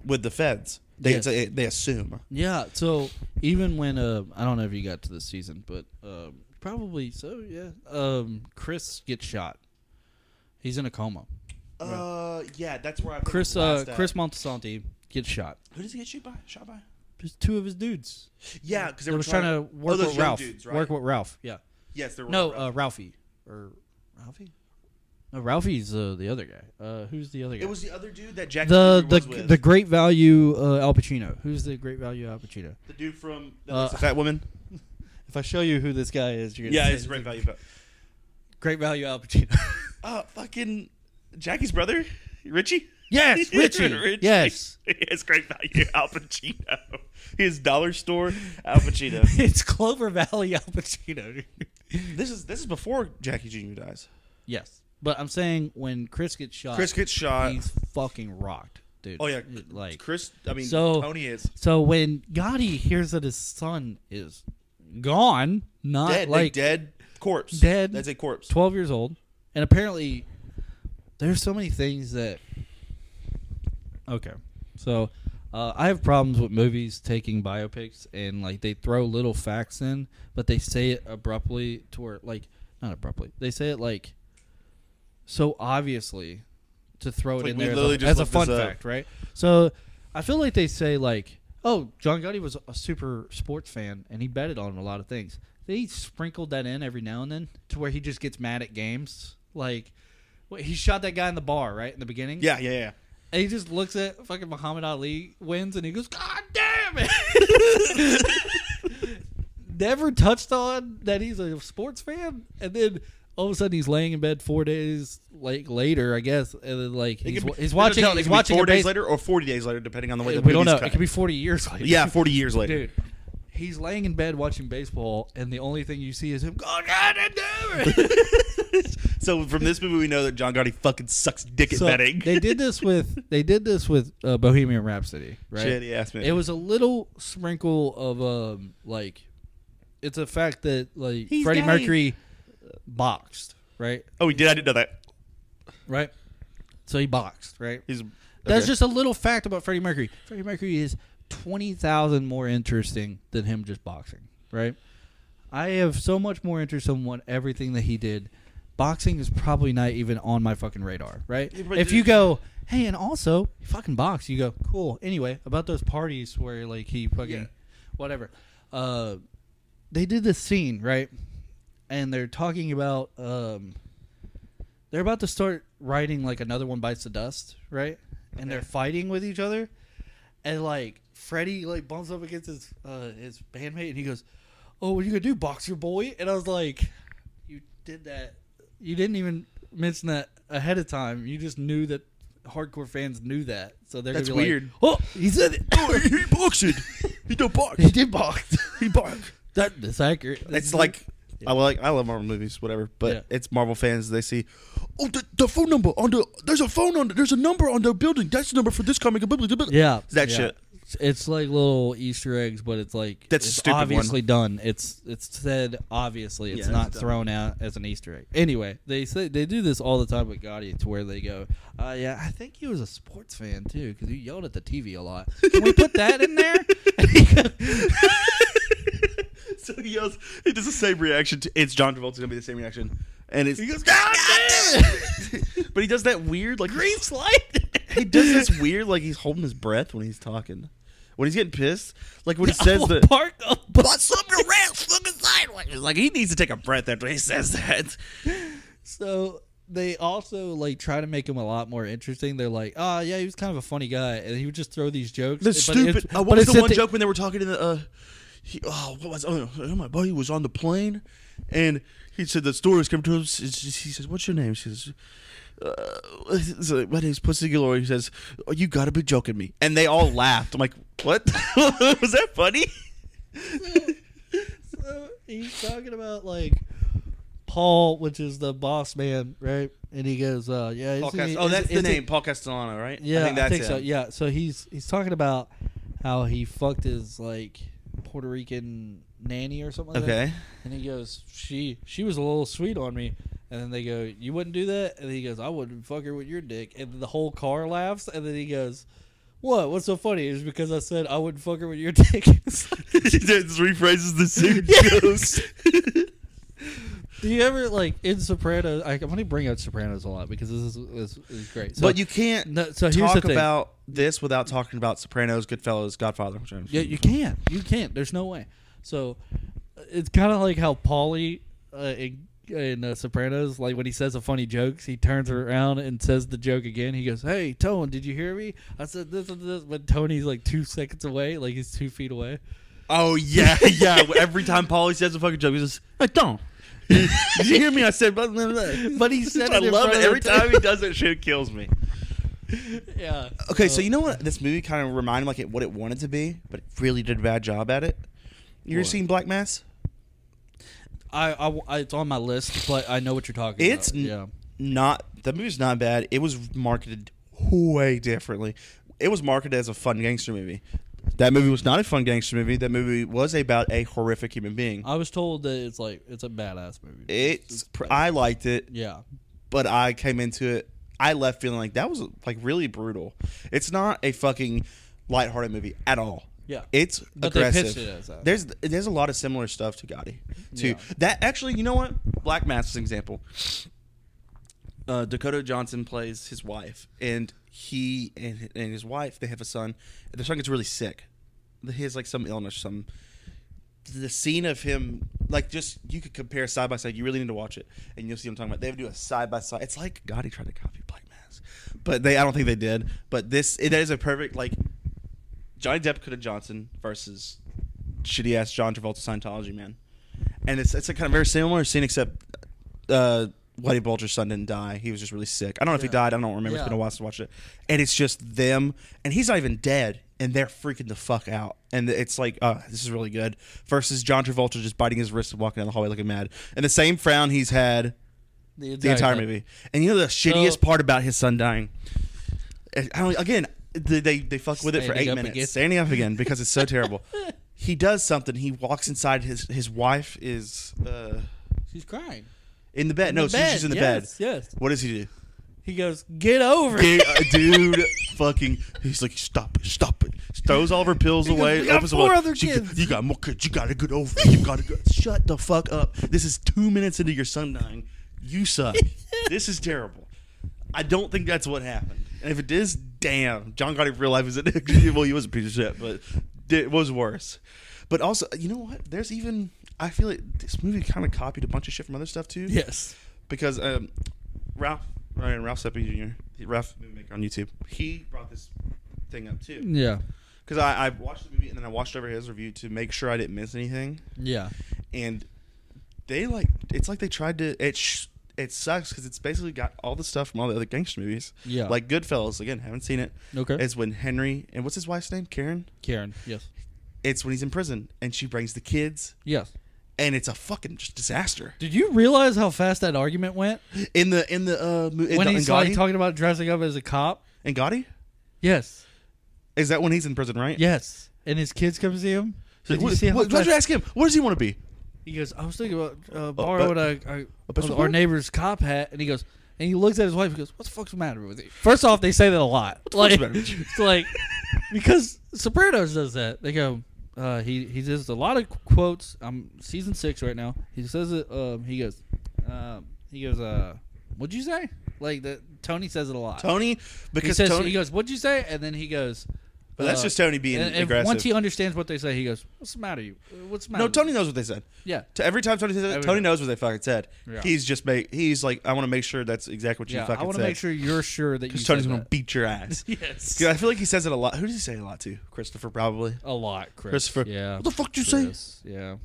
Speaker 2: with the feds. They
Speaker 1: Yes.
Speaker 2: they, they assume.
Speaker 1: Yeah, so even when uh, I don't know if you got to this season, but um, probably so. Yeah, um, Chris gets shot. He's in a coma.
Speaker 2: Uh, yeah, that's where I. think
Speaker 1: Chris
Speaker 2: it was
Speaker 1: uh,
Speaker 2: last at.
Speaker 1: Chris Montesanti gets shot.
Speaker 2: Who does he get shot by? Shot by?
Speaker 1: There's two of his dudes.
Speaker 2: Yeah, because
Speaker 1: They
Speaker 2: they
Speaker 1: were
Speaker 2: were
Speaker 1: trying to work
Speaker 2: oh, those
Speaker 1: with
Speaker 2: young
Speaker 1: Ralph.
Speaker 2: Dudes, right?
Speaker 1: Work with Ralph. Yeah.
Speaker 2: yes, they were
Speaker 1: No,
Speaker 2: with
Speaker 1: uh, Ralphie or Ralphie. No, Ralphie's uh, the other guy. Uh, who's the other guy?
Speaker 2: it was the other dude that Jackie
Speaker 1: the
Speaker 2: Jr.
Speaker 1: the
Speaker 2: was with.
Speaker 1: the Great Value uh, Al Pacino. Who's the Great Value Al Pacino?
Speaker 2: The dude from the
Speaker 1: Uh,
Speaker 2: fat woman.
Speaker 1: If I show you who this guy is, you're gonna
Speaker 2: Yeah,
Speaker 1: say
Speaker 2: it's
Speaker 1: it's
Speaker 2: great
Speaker 1: the
Speaker 2: value.
Speaker 1: Great Value Al Pacino.
Speaker 2: Uh, fucking Jackie's brother, Richie. <laughs>
Speaker 1: Yes, Richie. Yes.
Speaker 2: It's great value. Al Pacino. <laughs> His dollar store Al
Speaker 1: <laughs>
Speaker 2: Pacino.
Speaker 1: <laughs> it's Clover Valley Al Pacino.
Speaker 2: this is this is before Jackie Jr. dies.
Speaker 1: yes, but I'm saying when Chris gets shot,
Speaker 2: Chris gets shot.
Speaker 1: he's fucking rocked, dude.
Speaker 2: Oh yeah,
Speaker 1: like
Speaker 2: Chris. I mean,
Speaker 1: so-
Speaker 2: Tony is
Speaker 1: So when Gotti hears that his son is gone, not
Speaker 2: dead.
Speaker 1: like
Speaker 2: Like dead corpse.
Speaker 1: Dead.
Speaker 2: That's a corpse.
Speaker 1: 12 years old, and apparently there's so many things that. Okay, so uh, I have problems with movies taking biopics and like they throw little facts in, but they say it abruptly to where like not abruptly they say it like so obviously to throw it
Speaker 2: Like,
Speaker 1: in
Speaker 2: we
Speaker 1: there as
Speaker 2: literally
Speaker 1: a,
Speaker 2: just
Speaker 1: as a
Speaker 2: looked
Speaker 1: fun
Speaker 2: this up.
Speaker 1: fact, right? So I feel like they say like, oh, John Gotti was a super sports fan and he betted on a lot of things. They sprinkled that in every now and then to where he just gets mad at games. Like wh- he shot that guy in the bar right in the beginning.
Speaker 2: Yeah, yeah, yeah.
Speaker 1: and he just looks at fucking Muhammad Ali wins and he goes, God damn
Speaker 2: <laughs>
Speaker 1: it! Never touched on that he's a sports fan, and then. All of a sudden, he's laying in bed four days like later, I guess, and then like
Speaker 2: It
Speaker 1: he's,
Speaker 2: could
Speaker 1: wa-
Speaker 2: be-
Speaker 1: he's
Speaker 2: no,
Speaker 1: watching.
Speaker 2: no, it
Speaker 1: he's
Speaker 2: could be
Speaker 1: watching
Speaker 2: four
Speaker 1: a
Speaker 2: days
Speaker 1: base-
Speaker 2: later or forty days later, depending on the way the
Speaker 1: we don't know.
Speaker 2: movie's
Speaker 1: It
Speaker 2: cut.
Speaker 1: could be 40 years <laughs> later.
Speaker 2: yeah, forty years later.
Speaker 1: Dude, he's laying in bed watching baseball, and the only thing you see is him <laughs> going, God damn it.
Speaker 2: <laughs> So from this movie, we know that John Gotti fucking sucks dick at
Speaker 1: So,
Speaker 2: betting.
Speaker 1: they did <laughs>
Speaker 2: <laughs>
Speaker 1: this with they did this with uh, Bohemian Rhapsody, right?
Speaker 2: Shitty ass movie.
Speaker 1: It was a little sprinkle of um like it's a fact that like
Speaker 2: He's
Speaker 1: Freddie
Speaker 2: gay.
Speaker 1: Mercury boxed, right?
Speaker 2: Oh, he did. I didn't know that.
Speaker 1: Right. So he boxed, right?
Speaker 2: He's.
Speaker 1: That's
Speaker 2: okay.
Speaker 1: just a little fact about Freddie Mercury. Freddie Mercury is 20,000 more interesting than him just boxing, right? I have so much more interest in what everything that he did. Boxing is probably not even on my fucking radar, right?
Speaker 2: Yeah, but
Speaker 1: if
Speaker 2: dude-
Speaker 1: you go, hey, and also he fucking box, you go, cool. Anyway, about those parties where like he fucking
Speaker 2: Yeah.
Speaker 1: whatever. Uh, they did this scene, right? And they're talking about um, they're about to start writing like another one bites the dust, right? And they're fighting with each other, and like Freddie like bumps up against his uh, his bandmate, and he goes, "Oh, what are you gonna do, boxer boy?" And I was like, "You did that. You didn't even mention that ahead of time. You just knew that hardcore fans knew that, so they're
Speaker 2: That's
Speaker 1: gonna be
Speaker 2: weird.
Speaker 1: Like, oh, he said it.
Speaker 2: Oh, he
Speaker 1: <laughs>
Speaker 2: boxed. <laughs> He don't box.
Speaker 1: he did box. <laughs>
Speaker 2: He boxed.
Speaker 1: that that's accurate.
Speaker 2: It's like I like I love Marvel movies, whatever. But
Speaker 1: Yeah.
Speaker 2: it's Marvel fans. They see, oh, the, the phone number on the there's a phone on the, there's a number on the building. That's the number for this comic. blah, blah, blah, blah."
Speaker 1: Yeah,
Speaker 2: That
Speaker 1: yeah.
Speaker 2: shit.
Speaker 1: It's like little Easter eggs, but it's like
Speaker 2: That's a
Speaker 1: it's
Speaker 2: stupid one.
Speaker 1: obviously done. It's it's said obviously. It's
Speaker 2: Yeah,
Speaker 1: not
Speaker 2: it's dumb.
Speaker 1: thrown out as an Easter egg. Anyway, they say they do this all the time with Gotti, to where they go, uh, "Yeah, I think he was a sports fan too, because he yelled at the TV a lot." Can we put that in
Speaker 2: <laughs>
Speaker 1: there? <laughs>
Speaker 2: so he yells. It does the same reaction. To, it's John Travolta's gonna be the same reaction, and it's
Speaker 1: he goes, "God damn it!"
Speaker 2: <laughs> but he does that weird like <laughs>
Speaker 1: Green slide.
Speaker 2: he does this weird like he's holding his breath when he's talking, when he's getting pissed, like <laughs> when he says the.
Speaker 1: park up.
Speaker 2: What's up your ass looking sideways? Like he needs to take a breath after he says that.
Speaker 1: <laughs> So they also like try to make him a lot more interesting. They're like, oh yeah, he was kind of a funny guy, and he would just throw these jokes.
Speaker 2: The
Speaker 1: but
Speaker 2: stupid.
Speaker 1: it's-
Speaker 2: Uh,
Speaker 1: but
Speaker 2: what was
Speaker 1: it's
Speaker 2: the
Speaker 1: at
Speaker 2: one joke when they were talking to the? Uh, he, oh, what was? Oh, no, my buddy was on the plane, and he said the stories come to him. s- s- He says, "What's your name?" She says. Uh, so my name's Pussy Galore. He says, oh, "You gotta be joking me!" And they all laughed. I'm like, "What? <laughs> was that funny?"
Speaker 1: <laughs> So he's talking about like Paul, which is the boss man, right? And he goes, uh, yeah, isn't he-
Speaker 2: oh,
Speaker 1: is- isn't-
Speaker 2: Paul Castellano, right?
Speaker 1: Yeah, I think, so. Yeah, so he's he's talking about how he fucked his like Puerto Rican nanny or something. like that.
Speaker 2: Okay.
Speaker 1: And he goes, she she was a little sweet on me. And then they go, you wouldn't do that. And he goes, I wouldn't fuck her with your dick. And the whole car laughs. And then he goes, what? What's so funny? It's because I said I wouldn't fuck her with your <laughs> dick. It's like-
Speaker 2: <laughs> he just rephrases the <laughs> same jokes.
Speaker 1: do you ever like in Sopranos? I, I'm gonna bring up Sopranos a lot because this is, this is great. So,
Speaker 2: but you can't
Speaker 1: No, so here's the
Speaker 2: talk
Speaker 1: thing.
Speaker 2: about this without talking about Sopranos, Goodfellas, Godfather. which I'm-
Speaker 1: Yeah, you can't. You can't. There's no way. So it's kind of like how Paulie uh, in, in uh, Sopranos, like when he says a funny jokes, he turns around and says the joke again. He goes, "Hey, Tone, did you hear me? I said this and this." But Tony's like two seconds away, like he's two feet away.
Speaker 2: Oh yeah, <laughs> yeah. Every time Paulie says a fucking joke, he says, <laughs> "I don't." Did you hear me? I said, blah, blah, blah.
Speaker 1: <laughs> But he said
Speaker 2: I
Speaker 1: it in
Speaker 2: love
Speaker 1: front
Speaker 2: it
Speaker 1: of <laughs>
Speaker 2: every
Speaker 1: the-
Speaker 2: time he does that shit. It kills me.
Speaker 1: <laughs> yeah.
Speaker 2: Okay,
Speaker 1: Oh.
Speaker 2: so you know what? This movie kind of reminded me like it, what it wanted to be, but it really did a bad job at it. You ever
Speaker 1: What?
Speaker 2: seen Black Mass?
Speaker 1: I, I, I- it's on my list, but I know what you're talking
Speaker 2: It's
Speaker 1: about.
Speaker 2: n-
Speaker 1: yeah.
Speaker 2: Not the movie's not bad. It was marketed way differently. It was marketed as a fun gangster movie. That movie was not a fun gangster movie. That movie was about a horrific human being.
Speaker 1: I was told that it's like it's a badass movie.
Speaker 2: It's pr- I liked it.
Speaker 1: yeah.
Speaker 2: but I came into it. I left feeling like that was like really brutal. It's not a fucking lighthearted movie at all.
Speaker 1: Yeah.
Speaker 2: It's
Speaker 1: But Oh, they
Speaker 2: aggressive.
Speaker 1: pitched it as that.
Speaker 2: There's there's a lot of similar stuff to Gotti. Too
Speaker 1: Yeah.
Speaker 2: that actually, you know what? Black Mass is an example. Uh, Dakota Johnson plays his wife, and he and, and his wife they have a son. Their son gets really sick. He has like some illness, some the scene of him like just you could compare side by side. You really need to watch it, and you'll see what I'm talking about. They would do a side by side. It's like Gotti tried to copy Black Mass, but they I don't think they did. But this it, that is a perfect like Johnny Depp, Dakota Johnson versus shitty ass John Travolta Scientology man, and it's it's a kind of very similar scene except uh, Whitey Bulger's son didn't die. He was just really sick. I don't know if he
Speaker 1: Yeah.
Speaker 2: died. I don't remember. It's
Speaker 1: Yeah.
Speaker 2: been a while since I watched it, and it's just them, and he's not even dead, and they're freaking the fuck out, and it's like, oh, this is really good. Versus John Travolta just biting his wrist and walking down the hallway looking mad, and the same frown he's had the entire movie. And you know the shittiest part about his son dying. Eh, I don't, again, they they, they fuck with it for
Speaker 1: Standing
Speaker 2: eight
Speaker 1: up
Speaker 2: minutes,
Speaker 1: again.
Speaker 2: standing up again
Speaker 1: <laughs>
Speaker 2: because it's so terrible. He does something. He walks inside. His his wife is uh,
Speaker 1: She's crying.
Speaker 2: in the bed. no,
Speaker 1: the
Speaker 2: she's
Speaker 1: bed,
Speaker 2: she's in the
Speaker 1: yes,
Speaker 2: bed.
Speaker 1: yes.
Speaker 2: What does he do?
Speaker 1: He goes, "Get over
Speaker 2: Dude,
Speaker 1: it." <laughs>
Speaker 2: uh, dude, fucking, he's like, stop it, stop it. Throws all of her pills
Speaker 1: He goes,
Speaker 2: away.
Speaker 1: "We got
Speaker 2: opens the
Speaker 1: four
Speaker 2: wallet.
Speaker 1: other
Speaker 2: She-
Speaker 1: kids."
Speaker 2: You got more kids. You gotta get over. it. You gotta go. Shut the fuck up. This is two minutes into your son dying.
Speaker 1: <laughs>
Speaker 2: You suck. this is terrible. I don't think that's what happened. And if it is, damn, John Gotti real life is an <laughs> well, he was a piece of shit, but it was worse. But also, you know what? There's even I feel like this movie kind of copied a bunch of shit from other stuff too
Speaker 1: yes.
Speaker 2: because um, Ralph Ryan Ralph Seppi Jr. he- Ralph movie maker on YouTube. He brought this thing up too
Speaker 1: Yeah.
Speaker 2: because I, I watched the movie and then I watched over his review to make sure I didn't miss anything.
Speaker 1: Yeah.
Speaker 2: And they like it's like they tried to it. Sh- it sucks because it's basically got all the stuff from all the other gangster movies.
Speaker 1: Yeah.
Speaker 2: like Goodfellas. Again, haven't seen it.
Speaker 1: Okay.
Speaker 2: It's when Henry and what's his wife's name? Karen.
Speaker 1: Karen. Yes.
Speaker 2: It's when he's in prison and she brings the kids
Speaker 1: Yes.
Speaker 2: and it's a fucking just disaster.
Speaker 1: Did you realize how fast that argument went
Speaker 2: In the in the uh mo- in,
Speaker 1: when
Speaker 2: the,
Speaker 1: he's
Speaker 2: in Gotti
Speaker 1: like talking about dressing up as a cop?
Speaker 2: in Gotti.
Speaker 1: Yes.
Speaker 2: Is that when he's in prison, right?
Speaker 1: Yes. And his kids come see him.
Speaker 2: So
Speaker 1: Did you
Speaker 2: what-
Speaker 1: see how
Speaker 2: what- why'd
Speaker 1: fast-
Speaker 2: you ask him? What does he want to be?
Speaker 1: He goes, I was thinking about uh,
Speaker 2: Oh, but-
Speaker 1: borrowing a,
Speaker 2: a
Speaker 1: a,
Speaker 2: pistol
Speaker 1: our
Speaker 2: for?
Speaker 1: neighbor's cop hat, and he goes, and he looks at his wife. and goes, "What the fuck's the matter with you?" First off, they say that a lot.
Speaker 2: fuck's
Speaker 1: Like,
Speaker 2: the matter with you?
Speaker 1: <laughs> it's like because Sopranos does that. They go, uh, he he says a lot of quotes. I'm season six right now. He says it. Um, he goes, um, he goes, uh, what'd you say? Like that. Tony says it a lot.
Speaker 2: Tony,
Speaker 1: Uh, He
Speaker 2: because
Speaker 1: says
Speaker 2: Tony.
Speaker 1: he goes, "What'd you say?" And then he goes. uh,
Speaker 2: But that's just Tony being
Speaker 1: and, and
Speaker 2: aggressive.
Speaker 1: Once he understands what they say, he goes, "What's the matter? You? What's the matter?"
Speaker 2: no,
Speaker 1: with
Speaker 2: Tony
Speaker 1: you?"
Speaker 2: knows what they said.
Speaker 1: Yeah.
Speaker 2: To every time Tony says it,
Speaker 1: Every
Speaker 2: Tony
Speaker 1: time.
Speaker 2: knows what they fucking said.
Speaker 1: Yeah.
Speaker 2: He's just make, he's like, I want to make sure that's exactly what you
Speaker 1: Yeah, I
Speaker 2: fucking
Speaker 1: want
Speaker 2: said.
Speaker 1: to make sure you're sure that you
Speaker 2: because Tony's
Speaker 1: said
Speaker 2: gonna
Speaker 1: that.
Speaker 2: beat your ass.
Speaker 1: <laughs> Yes.
Speaker 2: 'Cause I feel like he says it a lot. Who does he say it a lot to? Christopher, probably.
Speaker 1: A lot, Chris.
Speaker 2: Christopher.
Speaker 1: Yeah.
Speaker 2: What the fuck did you say?
Speaker 1: Chris, Yeah.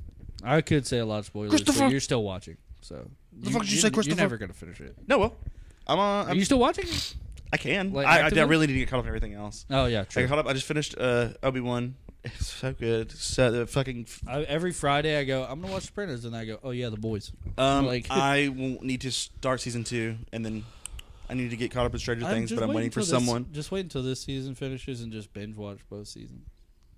Speaker 1: I could say a lot of spoilers,
Speaker 2: Christopher.
Speaker 1: but you're still watching. So.
Speaker 2: The fuck did you say, Christopher?
Speaker 1: You're never going to finish it.
Speaker 2: No, well, I'm. Uh,
Speaker 1: Are
Speaker 2: I'm
Speaker 1: you still watching?
Speaker 2: I can.
Speaker 1: like,
Speaker 2: I, I, I
Speaker 1: actively?
Speaker 2: really need to get caught up on everything else.
Speaker 1: Oh, yeah.
Speaker 2: I
Speaker 1: True.
Speaker 2: got caught up. I just finished uh, Obi Wan. It's so good. So the fucking
Speaker 1: I, every Friday I go, I'm going to watch Sopranos. And I go, oh, yeah, The Boys.
Speaker 2: Um,
Speaker 1: Like- <laughs>
Speaker 2: I will need to start season two, and then I need to get caught up in Stranger Things. But I'm waiting for
Speaker 1: till this-
Speaker 2: someone.
Speaker 1: Just wait until this season finishes and just binge watch both seasons.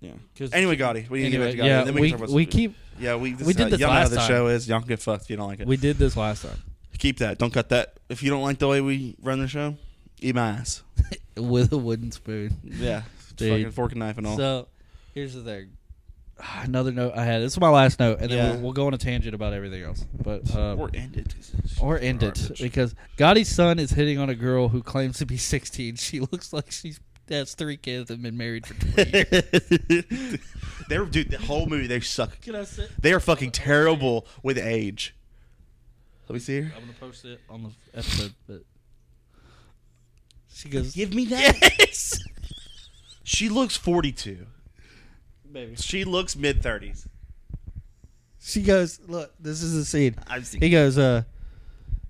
Speaker 2: Yeah.
Speaker 1: 'Cause-
Speaker 2: Anyway, Gotti, we need
Speaker 1: Anyway,
Speaker 2: to get back to Gotti.
Speaker 1: yeah,
Speaker 2: and then
Speaker 1: we,
Speaker 2: can talk about
Speaker 1: we
Speaker 2: some-
Speaker 1: keep
Speaker 2: Yeah, we. This
Speaker 1: we
Speaker 2: is
Speaker 1: did
Speaker 2: how-
Speaker 1: this
Speaker 2: Y'all know how
Speaker 1: last
Speaker 2: the
Speaker 1: time.
Speaker 2: show is. Y'all can get fucked if you don't like it.
Speaker 1: we did this last time <laughs>
Speaker 2: Keep that. Don't cut that. If you don't like the way we run the show, eat my ass.
Speaker 1: with a wooden spoon.
Speaker 2: Yeah.
Speaker 1: Dude.
Speaker 2: Fucking fork and knife and all.
Speaker 1: So, here's the thing. Ah, Another note I had. This is my last note, and then
Speaker 2: Yeah.
Speaker 1: we'll, we'll go on a tangent about everything else. But uh,
Speaker 2: or end it.
Speaker 1: or end it
Speaker 2: Garbage.
Speaker 1: because Gotti's son is hitting on a girl who claims to be 16. She <laughs> looks like she's has three kids and been married for
Speaker 2: <laughs>
Speaker 1: 20 years.
Speaker 2: They're dude. The whole movie they suck.
Speaker 1: Can I sit?
Speaker 2: They are fucking terrible with age. Let me see her.
Speaker 1: I'm gonna post it on the episode, but she goes,
Speaker 2: Give me that. Yes. She looks 42.
Speaker 1: baby."
Speaker 2: She looks mid 30s.
Speaker 1: She goes, "Look, this is the scene."
Speaker 2: I've seen
Speaker 1: He goes, "Uh,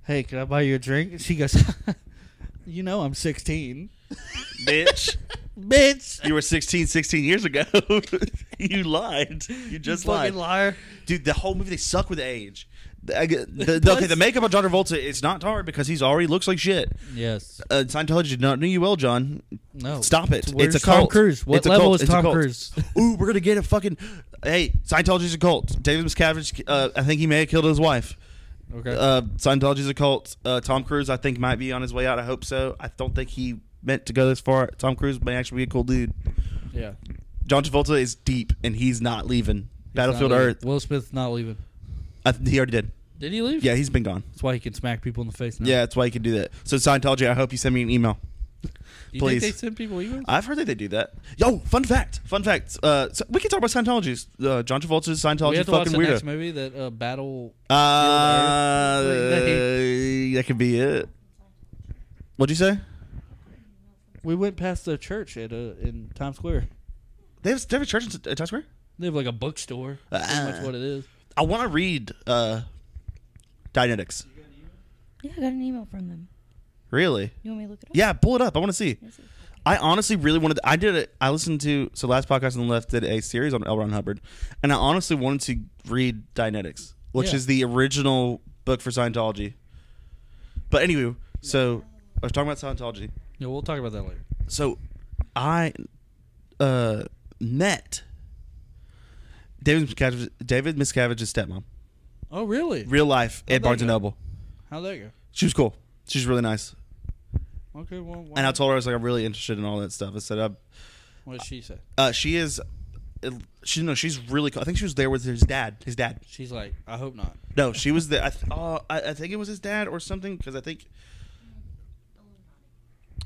Speaker 1: hey, can I buy you a drink?" She goes, "You know, I'm 16."
Speaker 2: bitch.
Speaker 1: <laughs> Bitch.
Speaker 2: You were 16, 16 years ago. <laughs> you lied. You just lied.
Speaker 1: fucking liar.
Speaker 2: Dude, the whole movie, they suck with age. The, I get- the- the- okay, the makeup on John Travolta, it's not hard because he's already looks like shit.
Speaker 1: Yes.
Speaker 2: Uh, Scientology did not know you well, John.
Speaker 1: No.
Speaker 2: Stop it.
Speaker 1: Where's
Speaker 2: it's a
Speaker 1: Tom
Speaker 2: cult.
Speaker 1: Cruise? What
Speaker 2: It's a
Speaker 1: level
Speaker 2: cult.
Speaker 1: is
Speaker 2: It's a
Speaker 1: Tom
Speaker 2: cult.
Speaker 1: Cruise?
Speaker 2: <laughs> Ooh, we're gonna get a fucking. Hey, Scientology's a cult. David Miscavige, uh, I think he may have killed his wife.
Speaker 1: Okay.
Speaker 2: Uh, Scientology's a cult. Uh, Tom Cruise, I think, might be on his way out. I hope so. I don't think he meant to go this far. Tom Cruise may actually be a cool dude.
Speaker 1: yeah.
Speaker 2: John Travolta is deep, and he's not leaving Battlefield
Speaker 1: Not leaving.
Speaker 2: Earth.
Speaker 1: Will Smith's not leaving.
Speaker 2: I th- he already did.
Speaker 1: Did he leave?
Speaker 2: Yeah, he's been gone.
Speaker 1: That's why he can smack people in the face now.
Speaker 2: Yeah, that's why he can do that. So Scientology, I hope you send me an email.
Speaker 1: Do you
Speaker 2: please.
Speaker 1: Think they send people emails?
Speaker 2: I've heard that they do that. Yo, fun fact. Fun fact. Uh, so we can talk about Scientology. Uh, John Travolta's Scientology
Speaker 1: we have to watch
Speaker 2: fucking
Speaker 1: the
Speaker 2: weirdo.
Speaker 1: next movie that uh, Battle.
Speaker 2: Uh,
Speaker 1: They-
Speaker 2: that could be it. What'd you say?
Speaker 1: We went past the church at uh, in Times Square.
Speaker 2: They have, they have a church in uh, Times Square.
Speaker 1: They have like a bookstore. That's pretty much
Speaker 2: Ah.
Speaker 1: what it is.
Speaker 2: I want to read uh, Dianetics.
Speaker 3: Yeah, I got an email from them.
Speaker 2: Really?
Speaker 3: You want me to look it up?
Speaker 2: Yeah, pull it up. I want to see.
Speaker 3: Let's see.
Speaker 2: I honestly really wanted. I did it. I listened to so last podcast on the left did a series on L. Ron Hubbard, and I honestly wanted to read Dianetics, which
Speaker 1: Yeah.
Speaker 2: is the original book for Scientology. But anyway, so I was talking about Scientology.
Speaker 1: Yeah, we'll talk about that later.
Speaker 2: So I uh, met David Miscavige, David Miscavige's stepmom,
Speaker 1: Oh, really?
Speaker 2: real life
Speaker 1: How'd
Speaker 2: at
Speaker 1: that
Speaker 2: Barnes and
Speaker 1: go?
Speaker 2: Noble.
Speaker 1: How'd that go?
Speaker 2: She was cool. She was really nice,
Speaker 1: Okay, well, why
Speaker 2: and I told her I was like I'm really interested in all that stuff. I said I
Speaker 1: What did she say?
Speaker 2: Uh, she is. uh, She no, she's really. Cool. I think she was there with his dad. His dad.
Speaker 1: She's like, I hope not.
Speaker 2: No, she was there. I, th- uh, I, I think it was his dad or something because I think.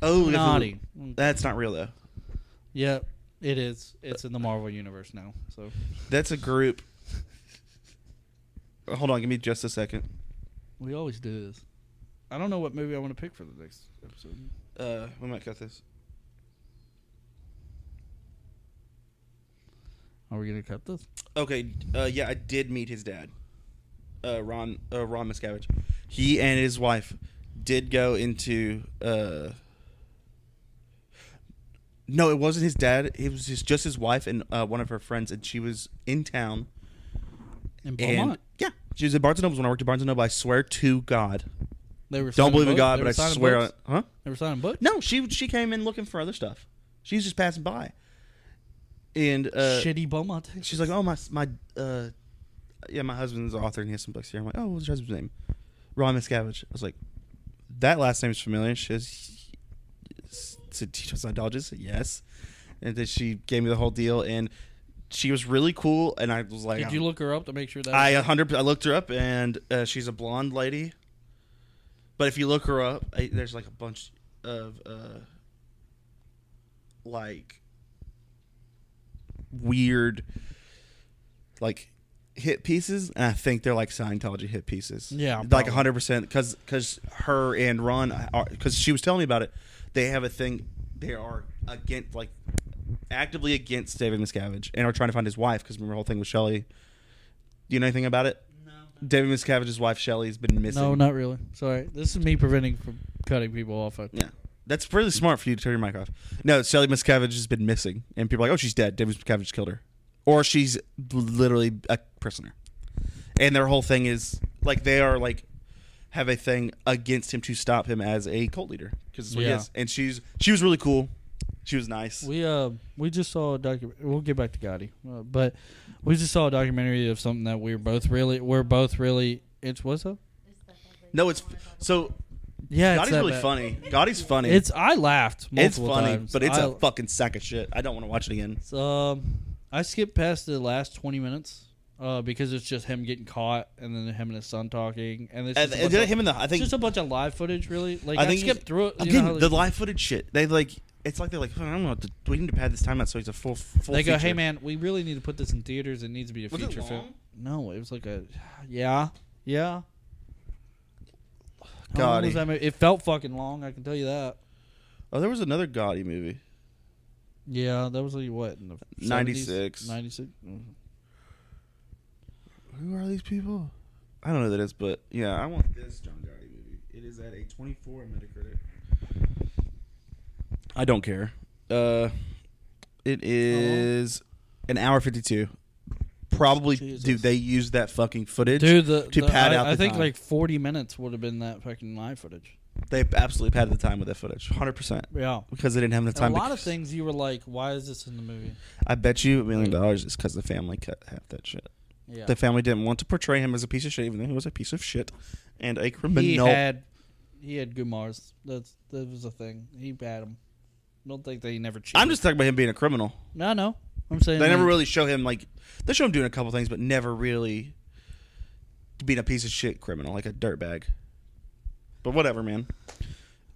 Speaker 2: Oh, we got the-
Speaker 1: Naughty.
Speaker 2: That's not real though.
Speaker 1: Yeah, it is. It's in the Marvel universe now. So
Speaker 2: That's a group. Hold on, give me just a second.
Speaker 1: we always do this. I don't know what movie I want to pick for the next episode.
Speaker 2: Uh, we might cut this.
Speaker 1: Are we gonna cut this?
Speaker 2: Okay. Uh, yeah, I did meet his dad. Uh, Ron. Uh, Ron Miscavige. He and his wife did go into. Uh, no, it wasn't his dad. It was just, just his wife and uh, one of her friends, and she was in town.
Speaker 1: In
Speaker 2: And, yeah, she was at Barnes and Noble when I worked at Barnes and Noble. I swear to God,
Speaker 1: they were
Speaker 2: don't
Speaker 1: signing
Speaker 2: believe in
Speaker 1: books-
Speaker 2: God,
Speaker 1: they
Speaker 2: but
Speaker 1: were
Speaker 2: I
Speaker 1: signing
Speaker 2: swear. On,
Speaker 1: books.
Speaker 2: huh?
Speaker 1: They were signing books.
Speaker 2: No, she she came in looking for other stuff. She was just passing by, and uh,
Speaker 1: Shitty Beaumont.
Speaker 2: She's like, oh my my uh, yeah, my husband's an author and he has some books here. I'm like, oh, what's your husband's name? Ron Miscavige. I was like, that last name's familiar. She says, said teach us Scientologist. Yes, and then she gave me the whole deal, and she was really cool. And I was like,
Speaker 1: Did you look her up to make sure that?
Speaker 2: oh I uh, a hundred. I looked her up, and uh, she's a blonde lady. But if you look her up, I, there's like a bunch of uh, like weird, like hit pieces, and I think they're like Scientology hit pieces.
Speaker 1: Yeah,
Speaker 2: like
Speaker 1: probably.
Speaker 2: hundred percent, because because her and Ron, because she was telling me about it, they have a thing. They are against like actively against David Miscavige and are trying to find his wife because remember the whole thing with Shelley. Do you know anything about it? No. David Miscavige's wife Shelley has been missing.
Speaker 1: no, not really. Sorry, this is me preventing from cutting people off. Uh, I-
Speaker 2: Yeah. That's really smart for you to turn your mic off. No, Shelley Miscavige has been missing, and people are like, "Oh, she's dead. David Miscavige killed her, or she's literally a prisoner." And their whole thing is like they are like have a thing against him to stop him as a cult leader because that's what he
Speaker 1: Yeah.
Speaker 2: is. And she's she was really cool. She was nice.
Speaker 1: We uh we just saw a document. We'll get back to Gotti, uh, but we just saw a documentary of something that we are both really we're both really. It's what's up?
Speaker 2: no, it's so
Speaker 1: Yeah,
Speaker 2: Gotti's
Speaker 1: it's that
Speaker 2: really
Speaker 1: bad.
Speaker 2: funny. Gotti's funny.
Speaker 1: It's I laughed.
Speaker 2: it's
Speaker 1: Multiple
Speaker 2: funny,
Speaker 1: times.
Speaker 2: but it's
Speaker 1: I,
Speaker 2: a fucking sack of shit. I don't want to watch it again.
Speaker 1: So, um, I skipped past the last twenty minutes uh, because it's just him getting caught and then him and his son talking and it's
Speaker 2: And,
Speaker 1: just, a, bunch
Speaker 2: and
Speaker 1: of,
Speaker 2: him and the I
Speaker 1: it's
Speaker 2: think
Speaker 1: just a bunch of live footage. Really, like
Speaker 2: I
Speaker 1: I,
Speaker 2: think he's-
Speaker 1: skipped through it. you know
Speaker 2: again
Speaker 1: how
Speaker 2: the
Speaker 1: they-
Speaker 2: live footage shit. They like it's like they're like I don't know. th- We need to pad this time out so he's a full full.
Speaker 1: they go,
Speaker 2: feature."
Speaker 1: hey man, we really need to put this in theaters. It needs to be a
Speaker 2: Was it
Speaker 1: feature film.
Speaker 2: long?
Speaker 1: No, it was like a, yeah, yeah. How long
Speaker 2: Gotti.
Speaker 1: was that movie? It felt fucking long. I can tell you that.
Speaker 2: Oh, there was another Gotti movie.
Speaker 1: Yeah, that was like what in the
Speaker 2: 96.
Speaker 1: Ninety six.
Speaker 2: Who are these people? I don't know who that is, but yeah, I want this John Gotti movie. It is at a 24 Metacritic.
Speaker 4: I don't care. Uh,
Speaker 2: It is an hour fifty-two. Probably,
Speaker 1: Jesus.
Speaker 2: dude. They used that fucking footage.
Speaker 1: Dude, the,
Speaker 2: to
Speaker 1: the-
Speaker 2: pad
Speaker 1: I,
Speaker 2: out
Speaker 1: I
Speaker 2: the
Speaker 1: think
Speaker 2: time.
Speaker 1: like 40 minutes would have been that fucking live footage.
Speaker 2: They absolutely padded the time with that footage, hundred percent,
Speaker 1: Yeah.
Speaker 2: because they didn't have enough
Speaker 1: And
Speaker 2: time.
Speaker 1: a lot of
Speaker 2: because-
Speaker 1: things you were like, why is this in the movie?
Speaker 2: I bet you a million dollars it's because the family cut half that shit.
Speaker 1: Yeah.
Speaker 2: The family didn't want to portray him as a piece of shit, even though he was a piece of shit and a
Speaker 1: he
Speaker 2: criminal.
Speaker 1: had he had Gumar's. That's that was a thing. He had him. I don't think they never cheated.
Speaker 2: I'm just talking about him being a criminal.
Speaker 1: no, no. I'm saying
Speaker 2: They never
Speaker 1: like,
Speaker 2: really show him like they show him doing a couple things, but never really being a piece of shit criminal, like a dirtbag. But whatever, man.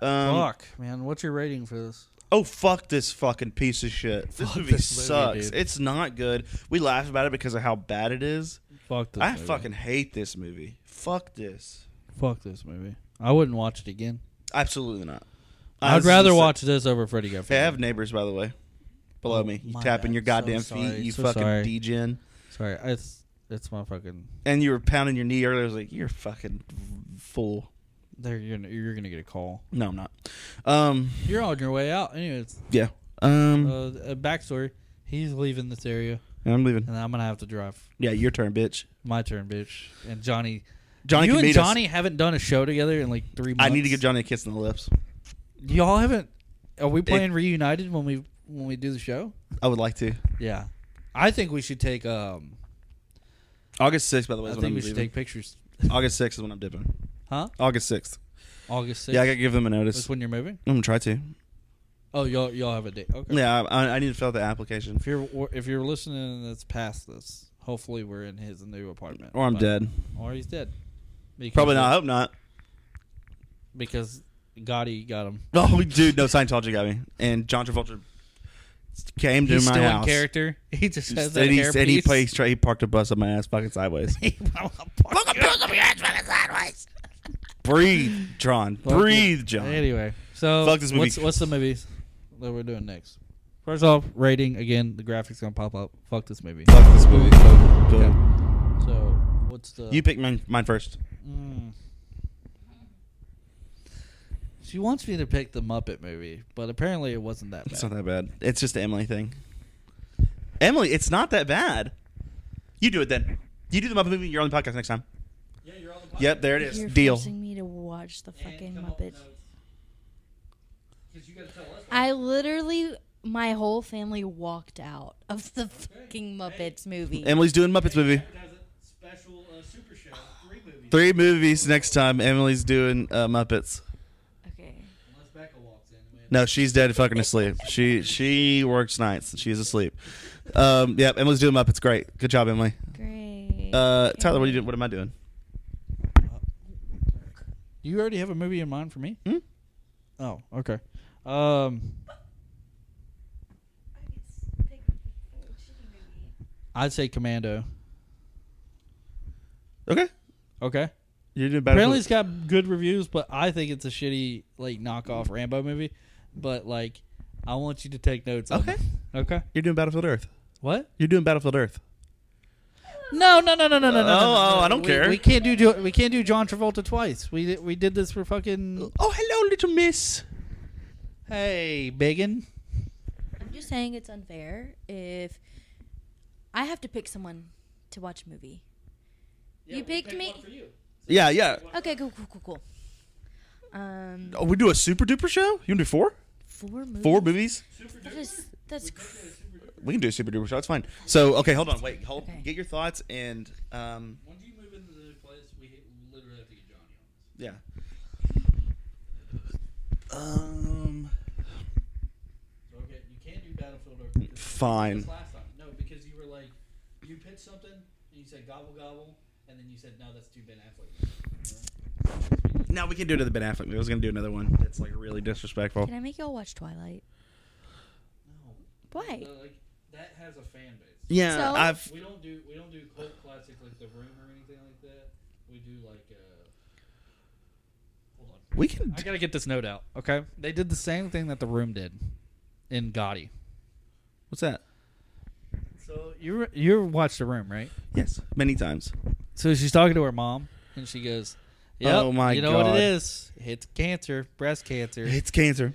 Speaker 2: Um,
Speaker 1: Fuck, man. What's your rating for this?
Speaker 2: Oh fuck this fucking piece of shit. This
Speaker 1: Fuck
Speaker 2: movie
Speaker 1: this movie,
Speaker 2: sucks.
Speaker 1: dude.
Speaker 2: it's not good. We laugh about it because of how bad it is.
Speaker 1: Fuck this.
Speaker 2: I
Speaker 1: movie.
Speaker 2: fucking hate this movie. Fuck this.
Speaker 1: fuck this movie. I wouldn't watch it again.
Speaker 2: Absolutely not.
Speaker 1: I'd
Speaker 2: Honestly,
Speaker 1: rather
Speaker 2: so-
Speaker 1: watch this over Freddy Got
Speaker 2: Hey, I have
Speaker 1: Fingered.
Speaker 2: neighbors by the way. Below
Speaker 1: Oh,
Speaker 2: me. You
Speaker 1: my
Speaker 2: tapping
Speaker 1: bad.
Speaker 2: your goddamn
Speaker 1: So
Speaker 2: feet,
Speaker 1: sorry.
Speaker 2: you
Speaker 1: So
Speaker 2: fucking
Speaker 1: sorry.
Speaker 2: degen.
Speaker 1: Sorry, it's it's my fucking.
Speaker 2: And you were pounding your knee earlier. I was like, You're a fucking fool.
Speaker 1: There you're gonna, you're gonna get a call.
Speaker 2: No, I'm not. Um
Speaker 1: You're on your way out. Anyways,
Speaker 2: yeah. Um
Speaker 1: uh, a backstory. He's leaving this area,
Speaker 2: I'm leaving.
Speaker 1: and I'm gonna have to drive.
Speaker 2: Yeah, your turn, bitch.
Speaker 1: My turn, bitch. And Johnny,
Speaker 2: Johnny
Speaker 1: you
Speaker 2: can
Speaker 1: and
Speaker 2: meet us.
Speaker 1: Johnny haven't done a show together in like three. months.
Speaker 2: I need to give Johnny a kiss on the lips.
Speaker 1: Y'all haven't. Are we playing reunited when we when we do the show?
Speaker 2: I would like to.
Speaker 1: Yeah, I think we should take. Um,
Speaker 2: August sixth, by the way,
Speaker 1: I
Speaker 2: is
Speaker 1: think
Speaker 2: when I'm
Speaker 1: we should
Speaker 2: leaving.
Speaker 1: take pictures.
Speaker 2: August 6th is when I'm dipping.
Speaker 1: Huh?
Speaker 2: August 6th.
Speaker 1: August sixth.
Speaker 2: Yeah, I got to give them a
Speaker 1: That's
Speaker 2: notice.
Speaker 1: when you're moving.
Speaker 2: I'm going to try to.
Speaker 1: Oh, y'all y'all have a date. Okay.
Speaker 2: Yeah, I, I need to fill out the application.
Speaker 1: If you're or if you're listening and it's past this, hopefully we're in his new apartment.
Speaker 2: Or I'm
Speaker 1: But-
Speaker 2: dead.
Speaker 1: Or he's dead. Because
Speaker 2: Probably not. I hope not. <laughs>
Speaker 1: Because Gotti got him.
Speaker 2: Oh, dude, no, Scientology got me. And John Travolta came to
Speaker 1: He's
Speaker 2: my
Speaker 1: still
Speaker 2: house.
Speaker 1: in character. <laughs> He just has that
Speaker 2: and he,
Speaker 1: hairpiece.
Speaker 2: and he, plays, he parked a bus up my ass fucking sideways. Breathe, John.
Speaker 1: Fuck
Speaker 2: Breathe,
Speaker 1: it.
Speaker 2: John.
Speaker 1: Anyway, so
Speaker 2: Fuck this movie.
Speaker 1: What's, what's the movie that we're doing next? First off, rating again. The graphics gonna pop up. Fuck this movie.
Speaker 2: Fuck this movie. Fuck- go.
Speaker 1: So what's the
Speaker 2: You pick mine, mine first.
Speaker 1: Mm. She wants me to pick the Muppet movie, but apparently it wasn't that bad.
Speaker 2: It's not that bad. It's just the Emily thing. Emily, it's not that bad. You do it then. You do the Muppet movie. You're on the podcast next time.
Speaker 1: yeah, you're on the
Speaker 2: Yep, there it
Speaker 3: You're
Speaker 2: is. Deal.
Speaker 3: forcing me to watch the fucking Muppet. I literally, my whole family walked out of the fucking Muppets movie.
Speaker 2: Emily's doing Muppets movie.
Speaker 1: Special uh, super show, three movies.
Speaker 2: Three movies next time. Emily's doing uh, Muppets.
Speaker 3: okay.
Speaker 1: Unless Becca walks in.
Speaker 2: No, she's dead fucking asleep. She she works nights. She's asleep. Um, yep, Emily's doing Muppets. Great. Good job, Emily.
Speaker 3: Great.
Speaker 2: Uh, Tyler, what are you doing? What am I doing?
Speaker 1: Do you already have a movie in mind for me?
Speaker 2: Hmm?
Speaker 1: Oh, okay. Um, I'd say Commando.
Speaker 2: Okay.
Speaker 1: Okay.
Speaker 2: You're doing better.
Speaker 1: Apparently, it's got good reviews, but I think it's a shitty like knockoff Rambo movie. But like, I want you to take notes. on
Speaker 2: Okay.
Speaker 1: it. Okay.
Speaker 2: You're doing Battlefield Earth.
Speaker 1: What?
Speaker 2: You're doing Battlefield Earth.
Speaker 1: No, no, no, no, no, no, no. no,
Speaker 2: Oh,
Speaker 1: no.
Speaker 2: oh, I don't
Speaker 1: We-
Speaker 2: care.
Speaker 1: We can't do Jo- we can't do John Travolta twice. We did, we did this for fucking
Speaker 2: Oh, hello, little miss.
Speaker 1: hey Biggin.
Speaker 3: I'm just saying it's unfair if I have to pick someone to watch a movie. you picked me.
Speaker 2: Yeah, yeah.
Speaker 3: Okay, cool, cool, cool, cool. Um,
Speaker 2: Oh, we do a super duper show? You want to do four?
Speaker 3: four movies.
Speaker 2: Four movies?
Speaker 3: That is that's cr-
Speaker 2: We can do a super duper show. It's fine. So, okay, hold on. Wait, hold.
Speaker 3: Okay.
Speaker 2: Get your thoughts and um,
Speaker 1: When you move into the new place, we literally have to get Johnny on.
Speaker 2: yeah. Um,
Speaker 1: So okay, you can't do Battlefield Earth. because
Speaker 2: Mm,
Speaker 1: we did
Speaker 2: Fine.
Speaker 1: this Last time, no, because you were like, you pitched something and you said gobble gobble, and then you said no, that's too Ben Affleck.
Speaker 2: no, we can do another Ben Affleck. movie. I was gonna do another one that's like really disrespectful.
Speaker 3: Can I make y'all watch Twilight?
Speaker 1: No.
Speaker 3: Why?
Speaker 1: Uh, like, that has a fan base.
Speaker 2: Yeah,
Speaker 3: So-
Speaker 2: I've
Speaker 1: We don't do we don't do cult classics like The Room or anything like that. We do like. Uh, hold on.
Speaker 2: we can.
Speaker 1: I gotta get this note out. Okay, they did the same thing that The Room did in Gotti.
Speaker 2: What's that?
Speaker 1: So you you watched The Room, right?
Speaker 2: Yes, many times.
Speaker 1: So she's talking to her mom, and she goes, "Yep,
Speaker 2: Oh my
Speaker 1: you know what
Speaker 2: God.
Speaker 1: it is? It's cancer, breast cancer."
Speaker 2: It's cancer.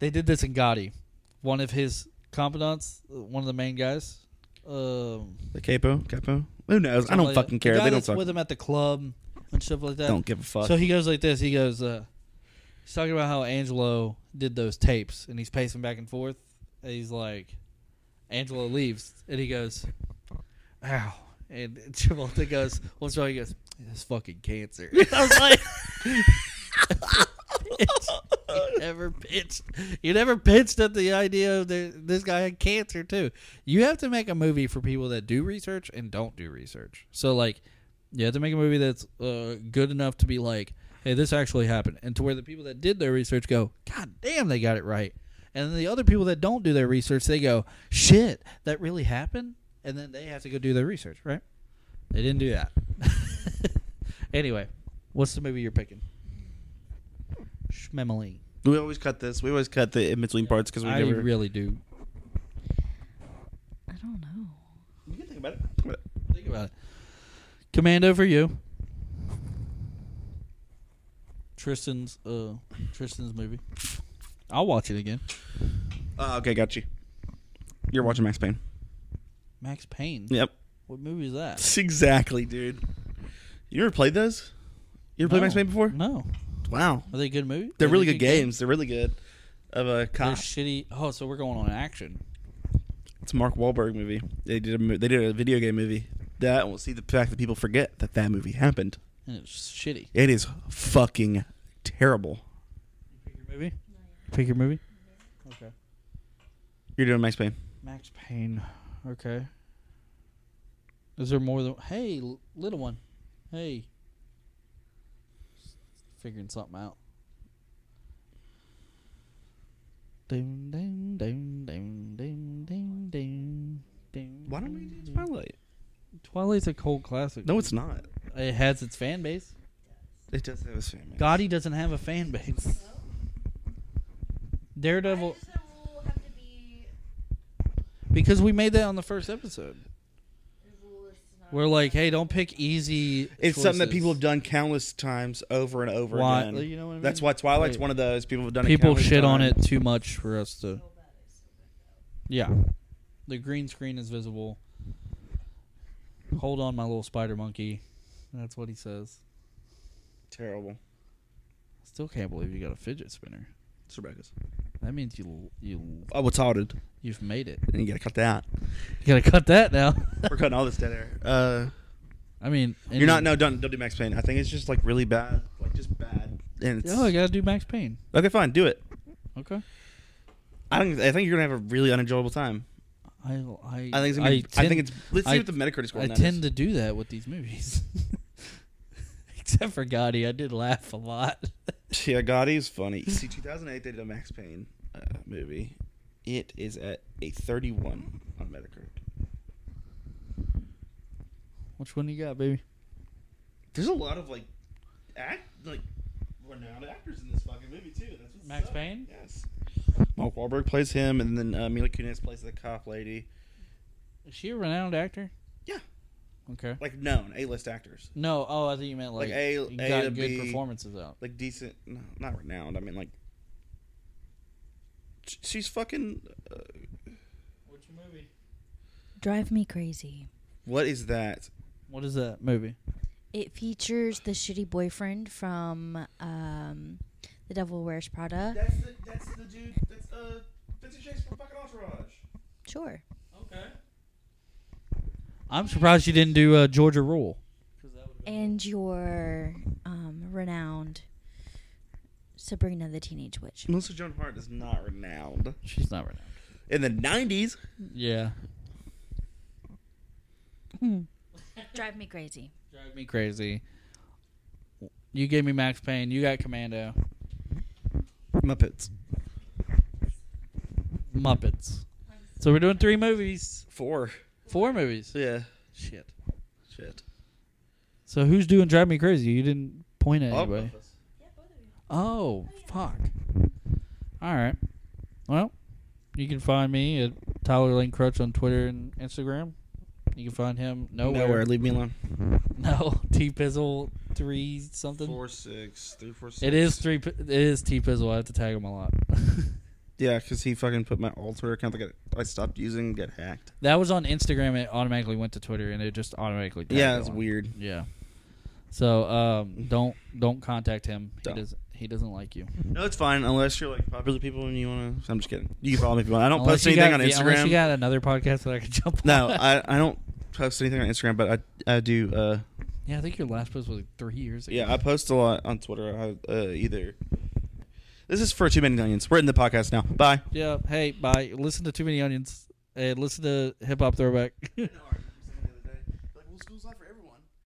Speaker 1: They did this in Gotti, one of his confidants, uh, one of the main guys. Um,
Speaker 2: The capo, capo. Who knows?
Speaker 1: something
Speaker 2: I don't
Speaker 1: like that.
Speaker 2: fucking
Speaker 1: The
Speaker 2: care.
Speaker 1: guy
Speaker 2: They don't
Speaker 1: that's
Speaker 2: talk.
Speaker 1: with him at the club and stuff like that.
Speaker 2: Don't give a fuck.
Speaker 1: So he goes like this. He goes, uh, he's talking about how Angelo did those tapes, and he's pacing back and forth. And he's like, Angelo leaves, and he goes, "Ow!" And <laughs> Travolta goes, "What's wrong?" He goes, "It's fucking cancer." <laughs> I was like. <laughs> you never pitched. You never pitched at the idea of the, this guy had cancer too. You have to make a movie for people that do research and don't do research. So like, you have to make a movie that's uh, good enough to be like, hey, this actually happened, and to where the people that did their research go, God damn, they got it right, and then the other people that don't do their research, they go, shit, that really happened, and then they have to go do their research, right? They didn't do that. <laughs> anyway, what's the movie you're picking? Schmemeling.
Speaker 2: we always cut this. We always cut the in between parts because we
Speaker 1: I
Speaker 2: never.
Speaker 1: really do.
Speaker 3: I don't know.
Speaker 2: You can think about it.
Speaker 1: Think about it. Commando for you. Tristan's uh Tristan's movie. I'll watch it again.
Speaker 2: Uh, okay, got you. You're watching Max Payne.
Speaker 1: Max Payne.
Speaker 2: Yep. <laughs>
Speaker 1: What movie is that?
Speaker 2: Exactly, dude. You ever played those? You ever played
Speaker 1: No.
Speaker 2: Max Payne before?
Speaker 1: No.
Speaker 2: Wow.
Speaker 1: Are they good movies?
Speaker 2: They're really good games. They're really good. Of a
Speaker 1: They're
Speaker 2: cop.
Speaker 1: shitty. Oh, so we're going on action.
Speaker 2: It's a Mark Wahlberg movie. They did a mo- they did a video game movie. That will see the fact that people forget that that movie happened.
Speaker 1: And it's shitty.
Speaker 2: It is fucking terrible.
Speaker 1: Pick your movie. Pick your movie. Okay.
Speaker 2: You're doing Max Payne.
Speaker 1: Max Payne. Okay. Is there more than hey l- little one? Hey, figuring something out. Ding ding ding ding ding ding ding ding.
Speaker 2: Why don't we do Twilight?
Speaker 1: Twilight's a cold classic.
Speaker 2: No, it's not.
Speaker 1: it has its fan base.
Speaker 2: It does have a famous.
Speaker 1: Gotti doesn't have a fan base. Daredevil,
Speaker 4: have to be
Speaker 1: because we made that on the first episode.
Speaker 4: a rule that's not-
Speaker 1: We're like, hey, don't pick easy.
Speaker 2: It's something that
Speaker 1: choices.
Speaker 2: people have done countless times over and over
Speaker 1: Why-
Speaker 2: again.
Speaker 1: you know what I
Speaker 2: That's
Speaker 1: mean?
Speaker 2: why Twilight's
Speaker 1: Wait.
Speaker 2: one of those people have done.
Speaker 1: people
Speaker 2: it countless
Speaker 1: shit on it
Speaker 2: times.
Speaker 1: too much for us to. Yeah, the green screen is visible. Hold on, my little spider monkey. That's what he says.
Speaker 2: Terrible.
Speaker 1: Still can't believe you got a fidget spinner.
Speaker 2: It's Rebecca's.
Speaker 1: That means you you
Speaker 2: Oh, it's outed.
Speaker 1: you've made it. <laughs>
Speaker 2: And you gotta cut that.
Speaker 1: You gotta cut that now.
Speaker 2: We're cutting all this dead air. Uh,
Speaker 1: <laughs> I mean, any-
Speaker 2: you're not. No, don't don't do Max Payne. I think it's just like really bad. Like just bad. And it's,
Speaker 1: Oh, I gotta do Max Payne.
Speaker 2: okay, fine, do it.
Speaker 1: Okay.
Speaker 2: I don't. I think you're gonna have a really unenjoyable time.
Speaker 1: I I
Speaker 2: I think. It's gonna be, I,
Speaker 1: tend-
Speaker 2: think it's. Let's see
Speaker 1: I-
Speaker 2: what the Metacritic score.
Speaker 1: I
Speaker 2: on that is.
Speaker 1: tend to do that with these movies. <laughs> Except for Gotti, I did laugh a lot. <laughs>
Speaker 2: <laughs> Yeah, Gotti is funny. See, 2008 they did a Max Payne uh, movie. It is at a 31 on Metacritic.
Speaker 1: Which one you got, baby?
Speaker 2: There's a lot of like, act like renowned actors in this fucking movie too. That's what's
Speaker 1: Max
Speaker 2: up.
Speaker 1: Payne?
Speaker 2: Yes. Mark Wahlberg plays him, and then uh, Mila Kunis plays the cop lady.
Speaker 1: Is she a renowned actor?
Speaker 2: Yeah.
Speaker 1: Okay.
Speaker 2: Like known A-list actors,
Speaker 1: No, oh, I think you meant
Speaker 2: Like
Speaker 1: like,
Speaker 2: A-
Speaker 1: you
Speaker 2: A
Speaker 1: got
Speaker 2: to
Speaker 1: good
Speaker 2: B.
Speaker 1: performances out.
Speaker 2: like decent, no, not renowned. I mean, like, sh- she's fucking. Uh,
Speaker 1: Which movie?
Speaker 3: Drive me crazy.
Speaker 2: what is that?
Speaker 1: What is that movie?
Speaker 3: It features the shitty boyfriend from um, The Devil Wears Prada.
Speaker 2: That's the that's the dude. That's uh, Fifty Shades from fucking Entourage.
Speaker 3: Sure.
Speaker 1: Okay. I'm surprised you didn't do uh, Georgia Rule.
Speaker 3: And your um, renowned Sabrina the Teenage Witch.
Speaker 2: Melissa Joan Hart is not renowned.
Speaker 1: She's not renowned.
Speaker 2: In the 90s,
Speaker 1: Yeah.
Speaker 3: Drive me crazy.
Speaker 1: Drive me crazy. You gave me Max Payne. You got Commando.
Speaker 2: Muppets.
Speaker 1: Muppets. So we're doing three movies.
Speaker 2: Four.
Speaker 1: Four movies.
Speaker 2: Yeah.
Speaker 1: Shit.
Speaker 2: Shit.
Speaker 1: So who's doing Drive Me Crazy? You didn't point at anybody. Oh, fuck. All right. Well, you can find me at Tyler Lane Crutch on Twitter and Instagram. You can find him nowhere.
Speaker 2: Oh, Nowhere. Leave me alone.
Speaker 1: <laughs> No, T Pizzle three something.
Speaker 2: six. Three, four, six.
Speaker 1: It is three. P- It is T Pizzle. I have to tag him a lot.
Speaker 2: Yeah, because he fucking put my alter account that got, I stopped using get hacked.
Speaker 1: <laughs> That was on Instagram. and It automatically went to Twitter, and it just automatically. tagged
Speaker 2: yeah,
Speaker 1: it
Speaker 2: it's
Speaker 1: on.
Speaker 2: weird.
Speaker 1: Yeah. So
Speaker 2: <laughs>
Speaker 1: um, don't don't contact him.
Speaker 2: Don't.
Speaker 1: He does he doesn't like you.
Speaker 2: No, it's fine unless you're like popular people and you want to. I'm just kidding. You can follow me if you want. I don't
Speaker 1: Unless
Speaker 2: post
Speaker 1: you
Speaker 2: anything
Speaker 1: got-
Speaker 2: on
Speaker 1: yeah, Unless you
Speaker 2: Instagram.
Speaker 1: got another podcast that I could jump.
Speaker 2: no,
Speaker 1: on.
Speaker 2: I I don't post anything on Instagram, but I I do. Uh,
Speaker 1: Yeah, I think your last post was like three years ago.
Speaker 2: yeah, I post a lot on Twitter. I, uh, either. This is for too many onions. We're in the podcast now. Bye.
Speaker 1: Yeah. Hey, bye. Listen to Too Many Onions and listen to Hip Hop Throwback. <laughs>
Speaker 5: Like, well, school's not for